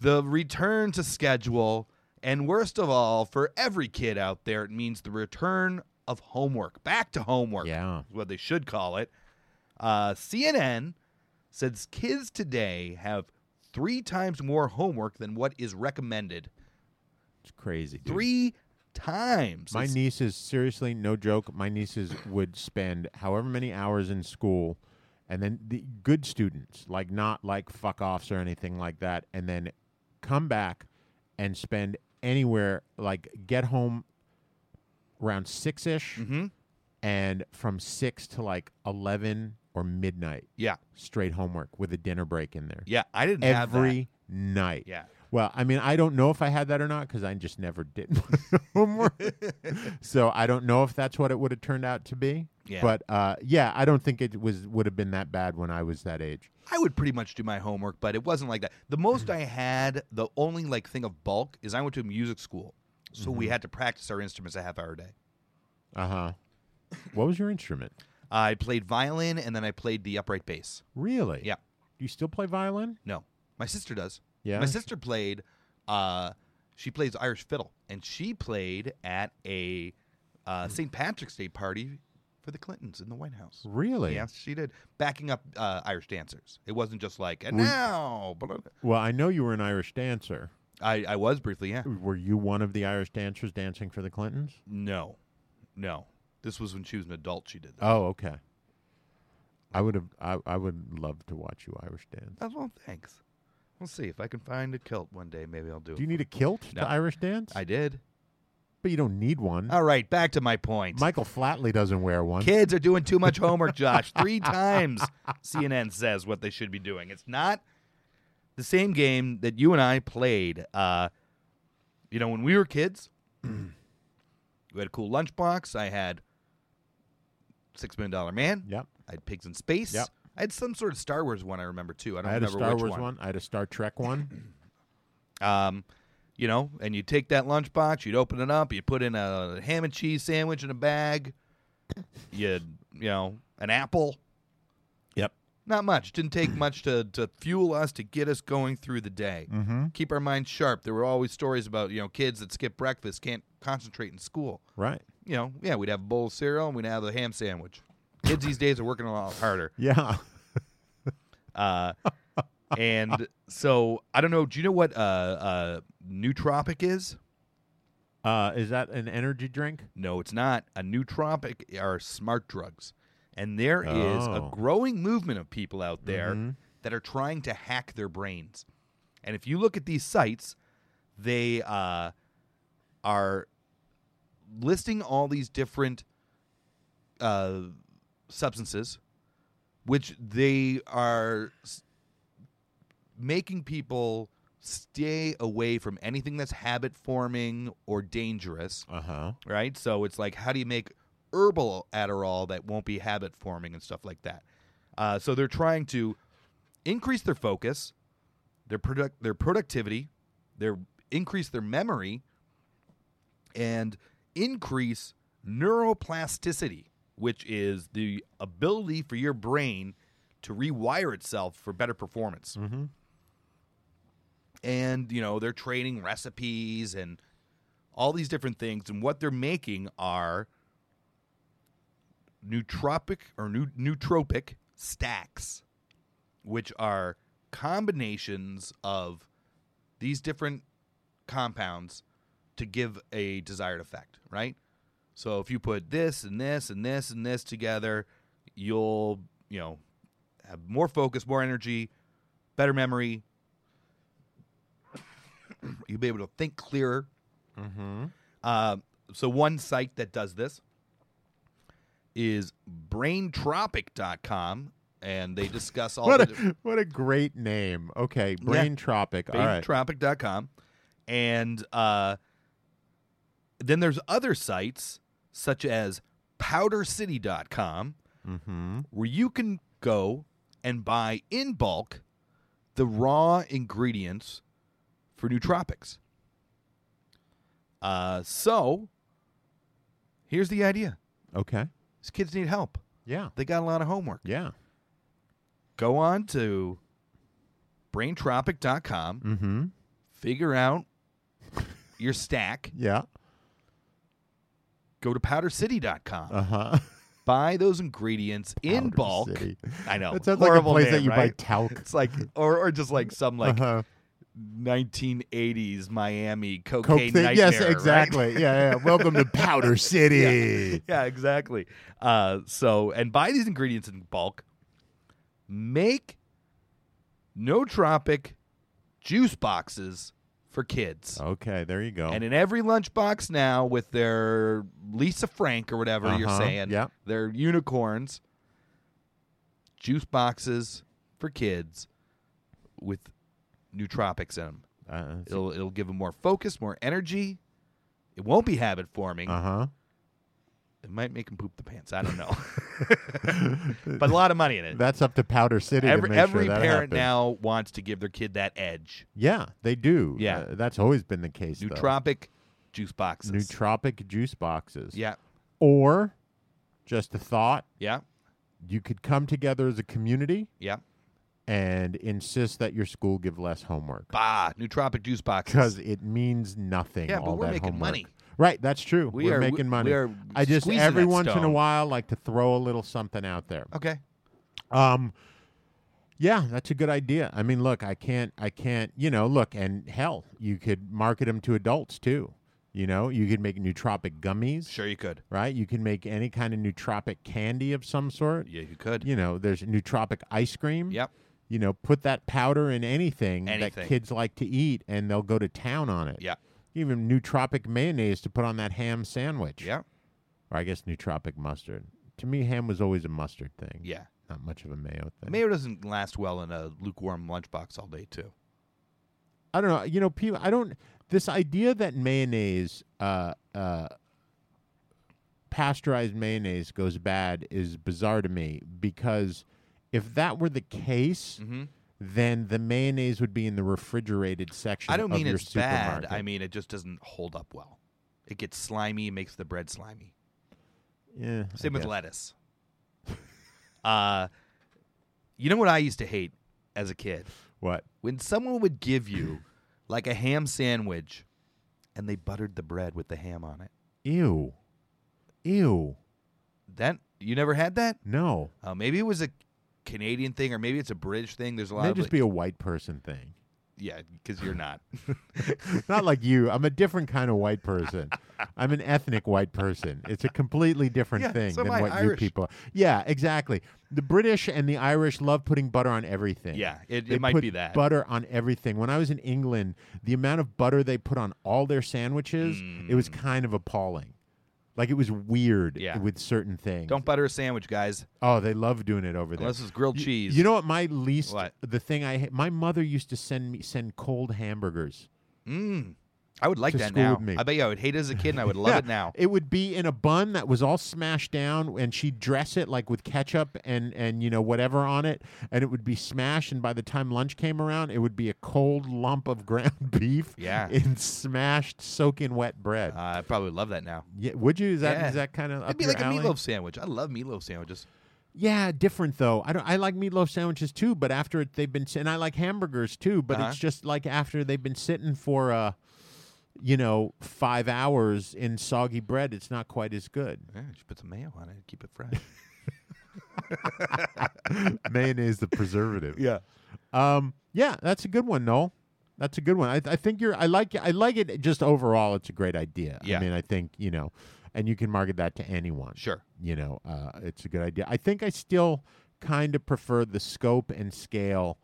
F: the return to schedule, and worst of all, for every kid out there, it means the return of homework, back to homework.
E: Yeah.
F: is what they should call it. Uh, CNN says kids today have three times more homework than what is recommended.
E: It's crazy. dude.
F: Three times.
E: My
F: It's-
E: nieces, seriously, no joke. My nieces would spend however many hours in school, and then the good students, like not like fuck offs or anything like that, and then come back and spend anywhere like get home around six ish,
F: Mm-hmm.
E: and from six to like eleven or midnight,
F: yeah,
E: straight homework with a dinner break in there
F: yeah. I didn't have that.
E: every night.
F: Yeah.
E: Well, I mean, I don't know if I had that or not because I just never did my homework. so I don't know if that's what it would have turned out to be.
F: Yeah.
E: But uh, yeah, I don't think it was would have been that bad when I was that age.
F: I would pretty much do my homework, but it wasn't like that. The most
E: Mm-hmm.
F: I had, the only like thing of bulk is I went to a music school, so
E: Mm-hmm.
F: we had to practice our instruments a half hour a day.
E: Uh huh. what was your instrument?
F: I played violin and then I played the upright bass.
E: Really?
F: Yeah.
E: Do you still play violin?
F: No, my sister does.
E: Yeah?
F: my sister played. Uh, she plays Irish fiddle, and she played at a
E: Mm.
F: uh, St. Patrick's Day party for the Clintons in the White House.
E: Really?
F: Yes, she did, backing up uh, Irish dancers. It wasn't just like and
E: Were-
F: now, blah, blah.
E: Well, I know you were an Irish dancer.
F: I I was briefly, yeah.
E: Were you one of the Irish dancers dancing for the Clintons?
F: No, no. This was when she was an adult. She did that.
E: Oh, okay. I would have. I, I would love to watch you Irish dance.
F: Oh, well, thanks. We'll see if I can find a kilt one day. Maybe I'll do,
E: Do you
F: it.
E: need a kilt
F: No.
E: to Irish dance?
F: I Oh. did.
E: but you don't need one.
F: All right, back to my point.
E: Michael Flatley doesn't wear one.
F: Kids are doing too much homework, Josh. Three times CNN says what they should be doing. It's not the same game that you and I played. Uh, you know, when we were kids, we had a cool lunchbox. I had Six Million Dollar Man.
E: Yep.
F: I had Pigs in Space.
E: Yep.
F: I had some sort of Star Wars one. I remember too. I don't
E: I had a
F: remember
E: Star
F: which
E: Wars
F: one.
E: one. I had a Star Trek one.
F: Um, you know, and you take that lunchbox, you'd open it up, you put in a ham and cheese sandwich in a bag, you you know, an apple.
E: Yep.
F: Not much. Didn't take much to, to fuel us to get us going through the day. Mm-hmm. Keep our minds sharp. There were always stories about you know kids that skip breakfast can't concentrate in school.
E: right.
F: You know, yeah, we'd have a bowl of cereal and we'd have a ham sandwich. Kids these days are working a lot harder.
E: Yeah.
F: Uh, and so I don't know. Do you know what uh, uh, nootropic is?
E: Uh, is that an energy drink?
F: No, it's not. A nootropic are smart drugs. And there is
E: Oh.
F: a growing movement of people out there that are trying to hack their brains. And if you look at these sites, they uh, are listing all these different uh, substances, which they are s- making people stay away from anything that's habit forming or dangerous
E: Uh huh.
F: right? So it's like, how do you make herbal Adderall that won't be habit forming and stuff like that? Uh, so they're trying to increase their focus, their product, their productivity, their increase their memory, and increase neuroplasticity, which is the ability for your brain to rewire itself for better performance. And you know they're trading recipes and all these different things, and what they're making are nootropic or nu- nootropic stacks. which are combinations of these different compounds to give a desired effect, right? So if you put this and this and this and this together, you'll, you know, have more focus, more energy, better memory. You'll be able to think clearer. Mm-hmm. so one site that does this is braintropic.com and they discuss all
E: What
F: the
E: a, what a great name. Okay, Brain Tropic. All right.
F: braintropic.com and uh, then there's other sites such as powdercity.com
E: Mm-hmm.
F: where you can go and buy in bulk the raw ingredients for nootropics uh, so here's the idea
E: okay.
F: these kids need help
E: Yeah.
F: they got a lot of homework
E: Yeah.
F: go on to braintropic.com,
E: Mm-hmm.
F: figure out your stack,
E: Yeah.
F: go to powdercity.com,
E: Uh-huh.
F: buy those ingredients in
E: Powder
F: bulk.
E: City.
F: I know.
E: That sounds like a
F: horrible
E: place
F: name,
E: that you buy
F: right?
E: talc.
F: It's like, or, or just like some like
E: Uh-huh.
F: 1980s Miami
E: Coke
F: cocaine
E: thing.
F: nightmare.
E: Yes,
F: right?
E: exactly. Yeah, yeah. Welcome to Powder City.
F: yeah, exactly. Uh, so, and buy these ingredients in bulk. Make nootropic juice boxes for kids.
E: Okay, there you go.
F: And in every lunchbox now, with their Lisa Frank or whatever you're
E: Uh-huh,
F: saying,
E: yep.
F: their unicorns, juice boxes for kids with nootropics in them.
E: uh,
F: It'll it'll give them more focus, more energy. It won't be habit forming.
E: uh-huh.
F: It might make them poop the pants. I don't know, but a lot of money in it.
E: That's up to Powder City to
F: every
E: make sure
F: every
E: that
F: parent
E: happens.
F: now wants to give their kid that edge.
E: Yeah, they do.
F: Yeah.
E: Uh, that's always been the case. though.
F: Nootropic juice boxes.
E: nootropic juice boxes.
F: yeah,
E: Or just a thought,
F: yeah,
E: you could come together as a community
F: yeah.
E: and insist that your school give less homework
F: Bah, nootropic juice boxes.
E: because it means nothing.
F: Yeah, but
E: all
F: we're
E: that
F: making
E: homework.
F: money.
E: Right, that's true.
F: We
E: are
F: are- we-
E: making money.
F: we are
E: I just
F: squeezing
E: every
F: that
E: once in a
F: stone.
E: while like to throw a little something out there.
F: Okay.
E: Um, yeah, that's a good idea. I mean, look, I can't, I can't, you know, look, and hell, you could market them to adults too. You know, you could make nootropic gummies,
F: Sure, you could.
E: right? You can make any kind of nootropic candy of some sort.
F: Yeah, you could.
E: You know, there's nootropic ice cream.
F: Yep.
E: You know, put that powder in anything,
F: Anything.
E: that kids like to eat, and they'll go to town on it.
F: Yeah.
E: Even nootropic mayonnaise to put on that ham sandwich.
F: Yeah.
E: Or I guess nootropic mustard. To me, ham was always a mustard thing.
F: Yeah.
E: Not much of a mayo thing.
F: Mayo doesn't last well in a lukewarm lunchbox all day, too.
E: I don't know. You know, people. I don't. This idea that mayonnaise, uh, uh, pasteurized mayonnaise goes bad is bizarre to me because if that were the case,
F: Mm-hmm.
E: then the mayonnaise would be in the refrigerated section.
F: I don't
E: of
F: mean
E: your
F: it's bad.
E: supermarket.
F: I mean it just doesn't hold up well. It gets slimy, it makes the bread slimy.
E: yeah, I
F: Same with
E: guess.
F: lettuce. uh, you know what I used to hate as a kid?
E: What?
F: When someone would give you like a ham sandwich and they buttered the bread with the ham on it.
E: Ew, ew.
F: That you never had that?
E: No,
F: Uh, maybe it was a Canadian thing or maybe it's a British thing. There's a lot
E: may
F: of
E: just
F: like-
E: be a white person thing.
F: Yeah, because you're not.
E: Not like you. I'm a different kind of white person. I'm an ethnic white person. It's a completely different
F: Yeah,
E: thing
F: so am
E: than
F: I,
E: what you
F: Irish.
E: people. Yeah, exactly. The British and the Irish love putting butter on everything.
F: Yeah, it- it
E: They
F: might
E: put
F: be that.
E: butter on everything. When I was in England, the amount of butter they put on all their sandwiches, it was kind of appalling. Like it was weird
F: Mm. Yeah.
E: with certain things.
F: Don't butter a sandwich, guys.
E: Oh, they love doing it over there.
F: Unless it's grilled
E: You-
F: cheese.
E: You know what? My least
F: What?
E: the thing I ha- my mother used to send me send cold hamburgers.
F: I would like
E: to
F: that
E: school
F: now.
E: with me.
F: I bet you I would hate it as a kid, and I would love
E: Yeah,
F: it now.
E: It would be in a bun that was all smashed down, and she'd dress it like with ketchup and and you know whatever on it, and it would be smashed. And by the time lunch came around, it would be a cold lump of ground beef,
F: Yeah.
E: in smashed, soaking wet bread.
F: Uh, I probably would love that now.
E: yeah, would you? Is that is
F: yeah.
E: that kind of
F: It'd be like a meatloaf sandwich. I love meatloaf sandwiches.
E: Yeah, different though. I don't. I like meatloaf sandwiches too, but after it, they've been s- and I like hamburgers too, but
F: Uh-huh.
E: it's just like after they've been sitting for uh, you know, five hours in soggy bread, it's not quite as good.
F: Yeah, just put some mayo on it, keep it fresh.
E: Mayonnaise, the preservative.
F: Yeah.
E: Um, yeah, that's a good one, Noel. That's a good one. I, I think you're. I like. I like it. Just overall, it's a great idea.
F: Yeah.
E: I mean, I think you know, and you can market that to anyone.
F: Sure.
E: You know, uh, it's a good idea. I think I still kind of prefer the scope and scale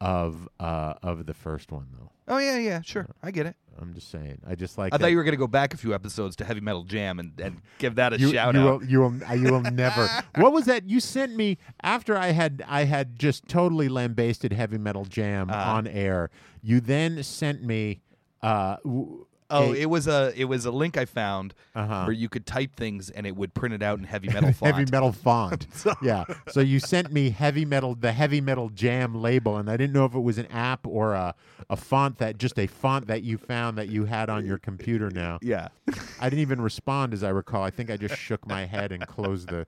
E: of uh, of the first one, though.
F: Oh yeah, yeah, sure.
E: Uh-huh.
F: I get it.
E: I'm just saying. I just like.
F: I
E: that-
F: thought you were gonna go back a few episodes to Heavy Metal Jam and, and give that a
E: you,
F: shout
E: you
F: out.
E: Will, you will, uh, you will never. What was that? You sent me after I had I had just totally lambasted heavy metal jam
F: Uh-huh.
E: on air. You then sent me. Uh, w-
F: oh,
E: a-
F: it was a it was a link I found
E: Uh-huh.
F: where you could type things and it would print it out in heavy metal font.
E: heavy metal font. yeah. So you sent me heavy metal, the heavy metal jam label, and I didn't know if it was an app or a, a font that just a font that you found that you had on your computer now.
F: Yeah.
E: I didn't even respond, as I recall. I think I just shook my head and closed the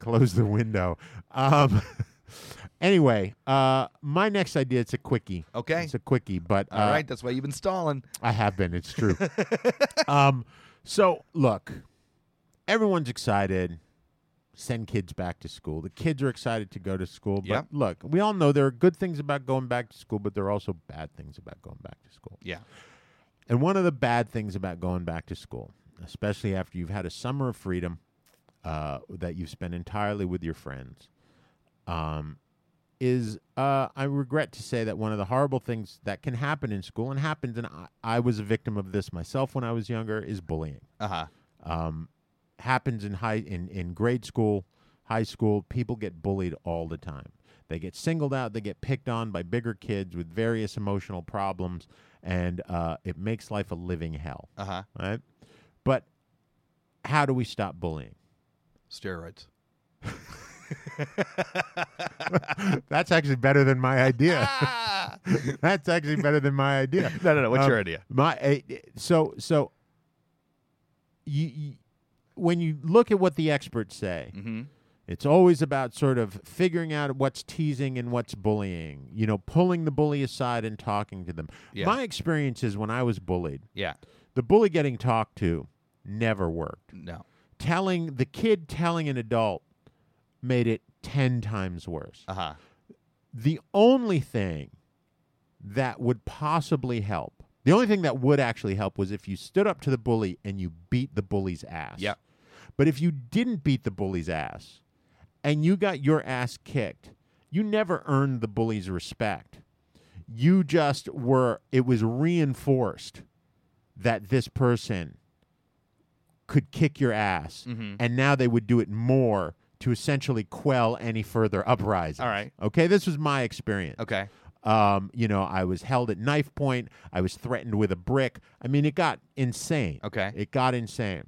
E: closed the window. Um, anyway, uh, my next idea it's a quickie.
F: Okay.
E: it's a quickie, but uh,
F: All right, that's why you've been stalling.
E: I have been. It's true. um, so look, everyone's excited. Send kids back to school. The kids are excited to go to school. But
F: Yep.
E: look, we all know there are good things about going back to school, but there are also bad things about going back to school.
F: Yeah.
E: And one of the bad things about going back to school, especially after you've had a summer of freedom uh, that you've spent entirely with your friends, um, is uh, I regret to say that one of the horrible things that can happen in school and happens, and I, I was a victim of this myself when I was younger, is bullying.
F: Uh huh.
E: Um, happens in high in, in grade school, high school. People get bullied all the time. They get singled out. They get picked on by bigger kids with various emotional problems, and uh, it makes life a living hell.
F: Uh huh.
E: Right? But how do we stop bullying?
F: Steroids.
E: That's actually better than my idea.
F: Ah!
E: That's actually better than my idea.
F: No, no, no. What's your idea?
E: My eh, eh, so so. You, you when you look at what the experts say,
F: Mm-hmm.
E: It's always about sort of figuring out what's teasing and what's bullying, you know, pulling the bully aside and talking to them.
F: Yeah.
E: My experience is when I was bullied,
F: Yeah.
E: the bully getting talked to never worked.
F: No.
E: Telling the kid telling an adult made it 10 times worse.
F: Uh huh.
E: The only thing that would possibly help, the only thing that would actually help was if you stood up to the bully and you beat the bully's ass.
F: Yep.
E: But if you didn't beat the bully's ass and you got your ass kicked, you never earned the bully's respect. You just were, it was reinforced that this person could kick your ass.
F: Mm-hmm.
E: And now they would do it more to essentially quell any further uprising.
F: All right.
E: Okay. This was my experience.
F: Okay.
E: Um, you know, I was held at knife point. I was threatened with a brick. I mean, it got insane.
F: Okay.
E: It got insane.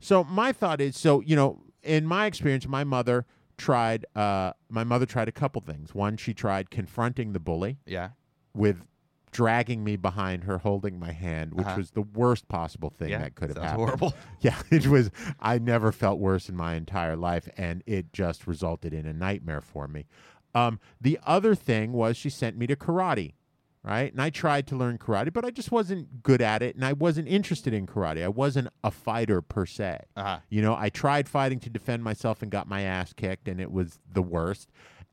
E: So my thought is, so you know, in my experience, my mother tried. Uh, my mother tried a couple things. One, she tried confronting the bully
F: Yeah.
E: with dragging me behind her, holding my hand, which
F: Uh-huh.
E: was the worst possible thing
F: Yeah.
E: that could have
F: Sounds
E: happened.
F: horrible.
E: Yeah, it was. I never felt worse in my entire life, and it just resulted in a nightmare for me. Um, the other thing was she sent me to karate, right? And I tried to learn karate, but I just wasn't good at it, and I wasn't interested in karate. I wasn't a fighter per se.
F: Uh-huh.
E: You know, I tried fighting to defend myself and got my ass kicked, and it was the worst.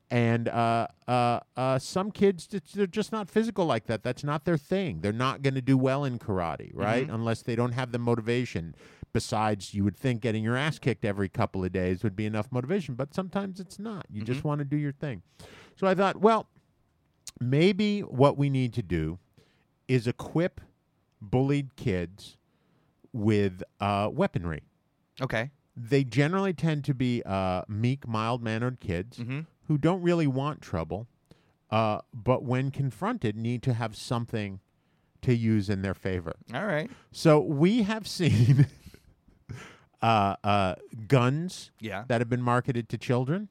E: And uh, uh, uh, some kids, just- they're just not physical like that. That's not their thing. They're not going to do well in karate, right? Unless they don't have the motivation. Besides, you would think getting your ass kicked every couple of days would be enough motivation, but sometimes it's not. You just want to do your thing. So I thought, well, maybe what we need to do is equip bullied kids with uh, weaponry
F: Okay.
E: they generally tend to be uh, meek, mild mannered kids who don't really want trouble, uh, but when confronted, need to have something to use in their favor.
F: All right.
E: So we have seen uh, uh, guns
F: Yeah.
E: that have been marketed to children.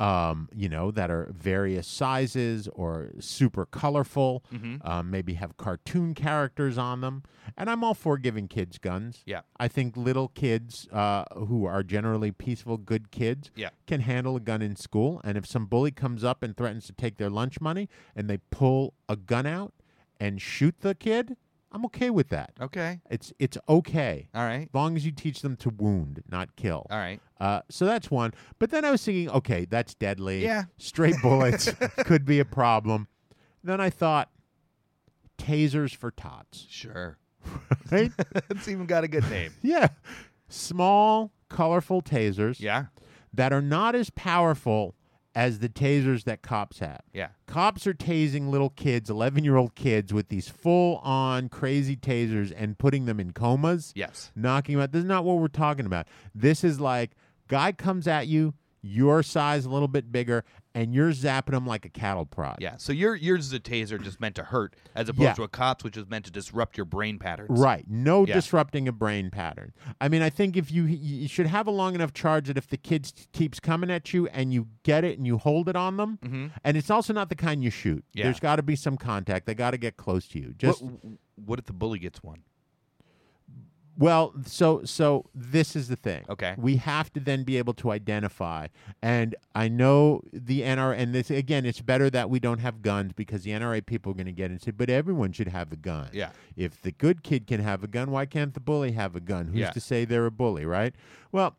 E: Um, you know that are various sizes or super colorful.
F: Mm-hmm.
E: Um, maybe have cartoon characters on them, and I'm all for giving kids guns.
F: Yeah.
E: I think little kids uh, who are generally peaceful, good kids
F: Yeah.
E: can handle a gun in school. And if some bully comes up and threatens to take their lunch money, and they pull a gun out and shoot the kid, I'm okay with that.
F: Okay.
E: It's it's okay.
F: All right.
E: As long as you teach them to wound, not kill.
F: All right.
E: Uh, so that's one. But then I was thinking, okay, that's deadly.
F: Yeah.
E: Straight bullets could be a problem. Then I thought, tasers for tots.
F: Sure.
E: Right?
F: it's even got a good name.
E: yeah. Small, colorful tasers
F: Yeah.
E: that are not as powerful as the tasers that cops have.
F: Yeah.
E: Cops are tasing little kids, 11 year old kids, with these full on crazy tasers and putting them in comas.
F: Yes.
E: Knocking them out. This is not what we're talking about. This is like, guy comes at you, your size a little bit bigger, and you're zapping him like a cattle prod.
F: Yeah. So your yours is a taser just meant to hurt, as opposed
E: Yeah.
F: to a cop's, which is meant to disrupt your brain patterns.
E: Right. No
F: Yeah.
E: disrupting a brain pattern. I mean, I think if you you should have a long enough charge that if the kid s- keeps coming at you and you get it and you hold it on them, and it's also not the kind you shoot.
F: Mm-hmm. Yeah.
E: There's got to be some contact. They got to get close to you. Just
F: what, what if the bully gets one?
E: well, so so this is the thing.
F: Okay.
E: We have to then be able to identify. And I know the NRA and this again, it's better that we don't have guns because the NRA people are going to get and say, but everyone should have a gun.
F: Yeah.
E: If the good kid can have a gun, why can't the bully have a gun? Who's
F: Yeah.
E: to say they're a bully, right? Well,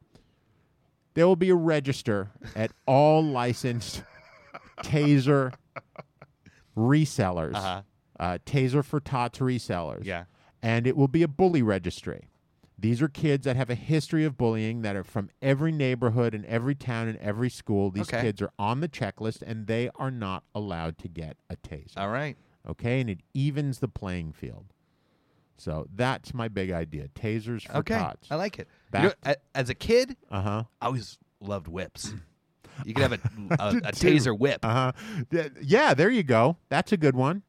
E: there will be a register at all licensed taser resellers,
F: Uh-huh.
E: uh, taser for tots resellers.
F: Yeah.
E: And it will be a bully registry. These are kids that have a history of bullying that are from every neighborhood and every town and every school. These
F: Okay.
E: kids are on the checklist and they are not allowed to get a taser
F: All right.
E: okay and it evens the playing field so that's my big idea tasers for
F: okay.
E: tots
F: I like it. You
E: Back-
F: know, a- as a kid,
E: uh-huh
F: I always loved whips. You could have a a,
E: did
F: a
E: too.
F: taser whip.
E: uh-huh Th- yeah there you go that's a good one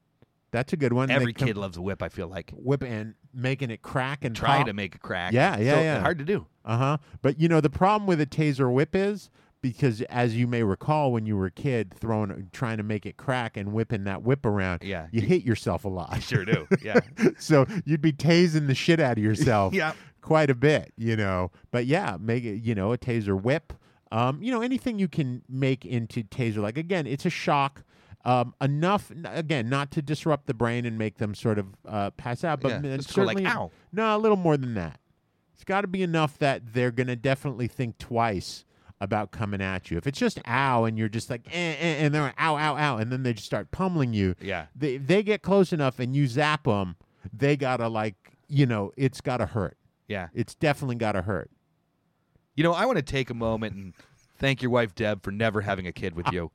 E: that's a good one They
F: Every
E: can
F: kid loves a whip. I feel like
E: whip and making it crack and
F: trying
E: pop.
F: to make a crack.
E: Yeah, yeah,
F: So,
E: yeah.
F: Hard to do.
E: uh-huh but you know the problem with a taser whip is because as you may recall when you were a kid throwing trying to make it crack and whipping that whip around
F: Yeah.
E: you hit yourself a lot
F: Sure do. Yeah.
E: so you'd be tasing the shit out of yourself
F: Yep.
E: quite a bit, you know. But yeah, make it, you know, a taser whip. Um, you know, anything you can make into taser. Like, again, it's a shock. Um, enough, n- again, not to disrupt the brain and make them sort of uh, pass out, but
F: Yeah,
E: m-
F: just go like,
E: certainly,
F: "Ow."
E: no, a little more than that. It's got to be enough that they're going to definitely think twice about coming at you. If it's just ow and you're just like, eh, eh, and they're ow, ow, ow, and then they just start pummeling you.
F: Yeah.
E: They, they get close enough and you zap them, they got to like, you know, it's got to hurt.
F: Yeah.
E: It's definitely got to hurt.
F: You know, I want to take a moment and thank your wife Deb for never having a kid with you.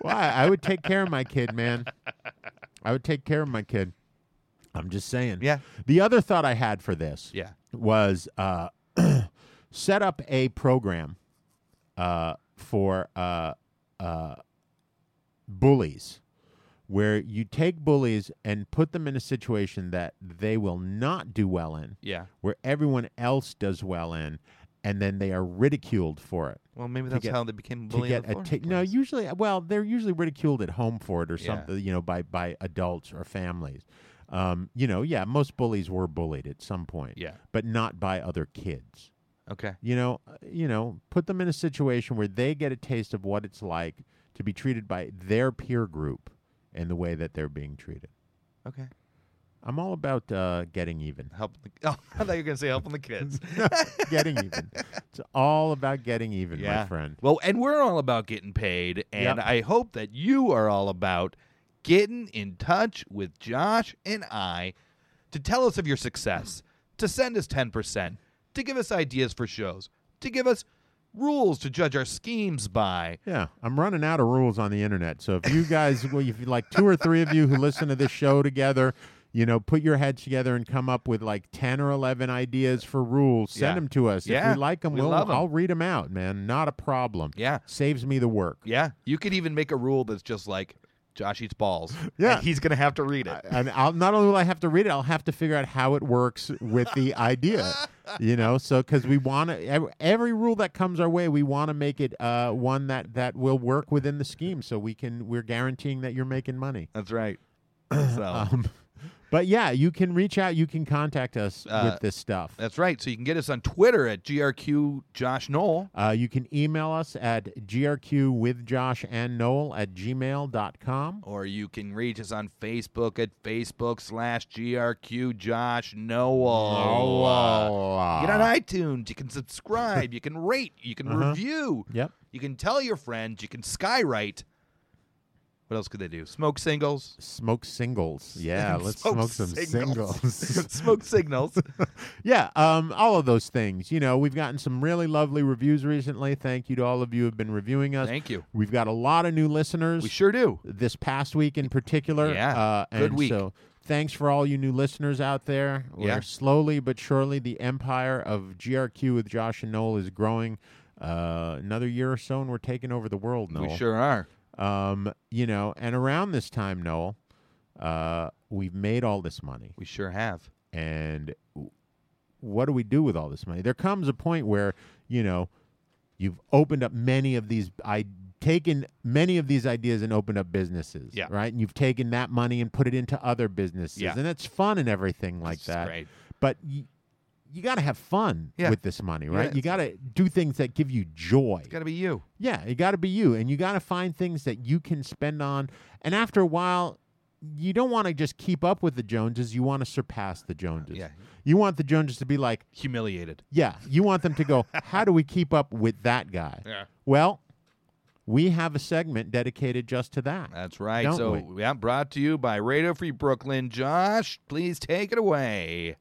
E: Well, I, I would take care of my kid, man. I would take care of my kid. I'm just saying.
F: Yeah.
E: The other thought I had for this
F: Yeah.
E: was uh, set up a program uh, for uh, uh, bullies where you take bullies and put them in a situation that they will not do well in,
F: Yeah.
E: where everyone else does well in, and then they are ridiculed for it
F: Well, maybe that's
E: get-
F: how they became
E: to
F: bullying.
E: get a ta- no usually well they're usually ridiculed at home for it or
F: Yeah.
E: something you know by by adults or families um, you know yeah most bullies were bullied at some point
F: Yeah.
E: but not by other kids
F: okay.
E: you know uh, you know put them in a situation where they get a taste of what it's like to be treated by their peer group and the way that they're being treated
F: Okay.
E: i'm all about uh, getting even
F: Help. The, oh, I thought you were gonna say helping the kids.
E: getting even it's all about getting even my friend
F: Well, and we're all about getting paid, and
E: Yep.
F: I hope that you are all about getting in touch with Josh and I to tell us of your success, to send us 10%, to give us ideas for shows, to give us rules to judge our schemes by.
E: Yeah, I'm running out of rules on the internet. So if you guys, well, if like two or three of you who listen to this show together, you know, put your heads together and come up with like ten or eleven ideas for rules. Send
F: Yeah.
E: them to us.
F: Yeah,
E: If we like them,
F: we
E: will
F: love 'em.
E: I'll read them out, man. Not a problem.
F: Yeah.
E: saves me the work.
F: Yeah, you could even make a rule that's just like Josh eats balls.
E: Yeah.
F: and he's gonna have to read it.
E: and I'll not only will I have to read it, I'll have to figure out how it works with the idea. You know, so because we want to every, every rule that comes our way, we want to make it uh, one that that will work within the scheme, so we can we're guaranteeing that you're making money.
F: That's right. So
E: Um, But yeah, you can reach out. You can contact us
F: Uh,
E: with this stuff.
F: That's right. So you can get us on Twitter at GRQ Josh Knoll.
E: Uh, you can email us at grq with Josh and Noel at gmail.com.
F: Or you can reach us on Facebook at Facebook slash GRQ Josh
E: Oh,
F: Noel.
E: uh,
F: Get on iTunes. You can subscribe. you can rate. You can review.
E: Uh-huh. Yep.
F: You can tell your friends. You can skywrite. What else could they do? Smoke singles.
E: Smoke singles. Yeah, let's smoke, some singles.
F: Smoke signals.
E: yeah, um, all of those things. You know, we've gotten some really lovely reviews recently. Thank you to all of you who have been reviewing us.
F: Thank you.
E: We've got a lot of new listeners.
F: We sure do.
E: This past week in particular.
F: Yeah,
E: Uh,
F: good
E: and
F: week.
E: So thanks for all you new listeners out there. We're
F: Yeah.
E: slowly but surely the empire of GRQ with Josh and Noel is growing. Uh, another year or so, and we're taking over the world, Noel.
F: We sure are.
E: Um, you know, and around this time, Noel, uh, we've made all this money,
F: We sure have.
E: and w- what do we do with all this money? There comes a point where you know you've opened up many of these. I taken many of these ideas and opened up businesses,
F: Yeah.
E: right? And you've taken that money and put it into other businesses,
F: Yeah.
E: and that's fun and everything like
F: It's
E: that.
F: great.
E: But you, you got to have fun
F: Yeah.
E: with this money, right?
F: it's-
E: you got to do things that give you joy.
F: Got to be you.
E: Yeah, it got to be you, and you got to find things that you can spend on. And after a while, you don't want to just keep up with the Joneses. You want to surpass the Joneses.
F: Yeah.
E: You want the Joneses to be like,
F: Humiliated.
E: yeah, you want them to go, how do we keep up with that guy?
F: Yeah.
E: Well, we have a segment dedicated just to that.
F: That's right.
E: Don't
F: so,
E: we?
F: yeah, brought to you by Radio Free Brooklyn. Josh, please take it away.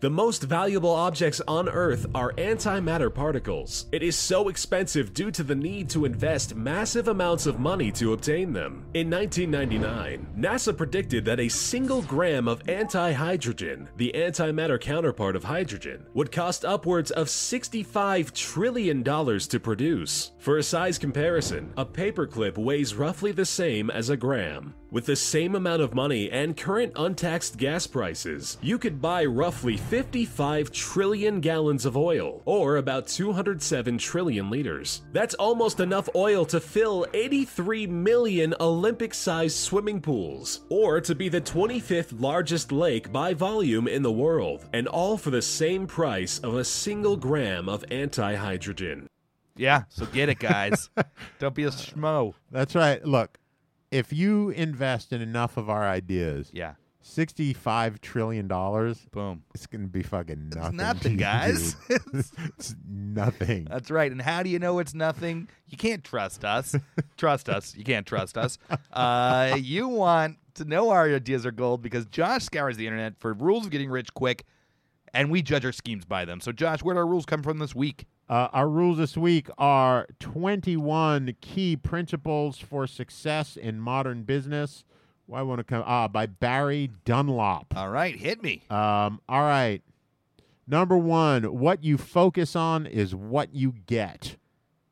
I: The most valuable objects on Earth are antimatter particles. It is so expensive due to the need to invest massive amounts of money to obtain them. In 1999, NASA predicted that a single gram of anti hydrogen, the antimatter counterpart of hydrogen, would cost upwards of $65 trillion to produce. For a size comparison, a paperclip weighs roughly the same as a gram. With the same amount of money and current untaxed gas prices, you could buy roughly 55 trillion gallons of oil, or about 207 trillion liters. That's almost enough oil to fill 83 million Olympic sized swimming pools, or to be the 25th largest lake by volume in the world, and all for the same price of a single gram of anti hydrogen.
F: Yeah, so get it, guys. Don't be a schmo.
E: That's right. Look, if you invest in enough of our ideas,
F: Yeah,
E: $65 trillion,
F: boom.
E: it's going to be fucking nothing.
F: nothing, guys.
E: dude. it's nothing.
F: That's right. And how do you know it's nothing? You can't trust us. trust us. You can't trust us. Uh, you want to know our ideas are gold because Josh scours the internet for rules of getting rich quick, and we judge our schemes by them. So, Josh, where do our rules come from this week?
E: Uh, our rules this week are 21 key principles for success in modern business. Why want to come? Ah, by Barry Dunlop.
F: All right, hit me.
E: Um, all right. Number one, what you focus on is what you get.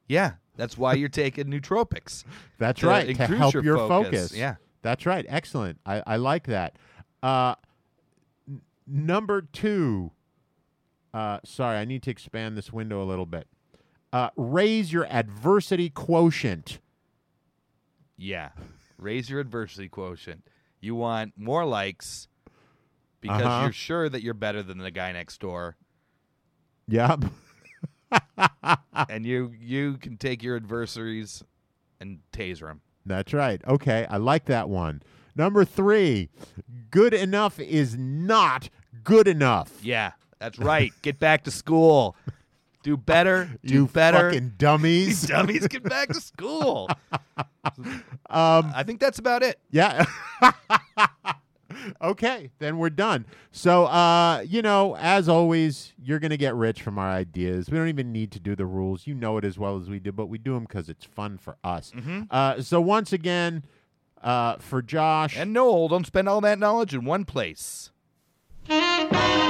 F: Yeah, that's why you're taking nootropics.
E: That's
F: To
E: right. To
F: increase
E: help
F: your
E: your
F: focus,
E: focus.
F: yeah.
E: That's right. Excellent. I, I like that. Uh, n- number two. Uh, sorry, I need to expand this window a little bit. Uh, raise your adversity quotient.
F: Yeah. Raise your adversity quotient. You want more likes because
E: Uh-huh.
F: you're sure that you're better than the guy next door.
E: Yep. Ah.
F: and you you can take your adversaries and taser them.
E: That's right. Okay. I like that one. Number three, good enough is not good enough.
F: Yeah, that's right. Get back to school. Do better. Do
E: you
F: better.
E: fucking dummies.
F: Dummies, get back to school.
E: Um,
F: I think that's about it.
E: yeah. okay. Then we're done. So, uh, you know, as always, you're going to get rich from our ideas. We don't even need to do the rules. You know it as well as we do, but we do them because it's fun for us. Uh, so, once again, uh, for Josh.
F: And Noel, don't spend all that knowledge in one place.
D: Thank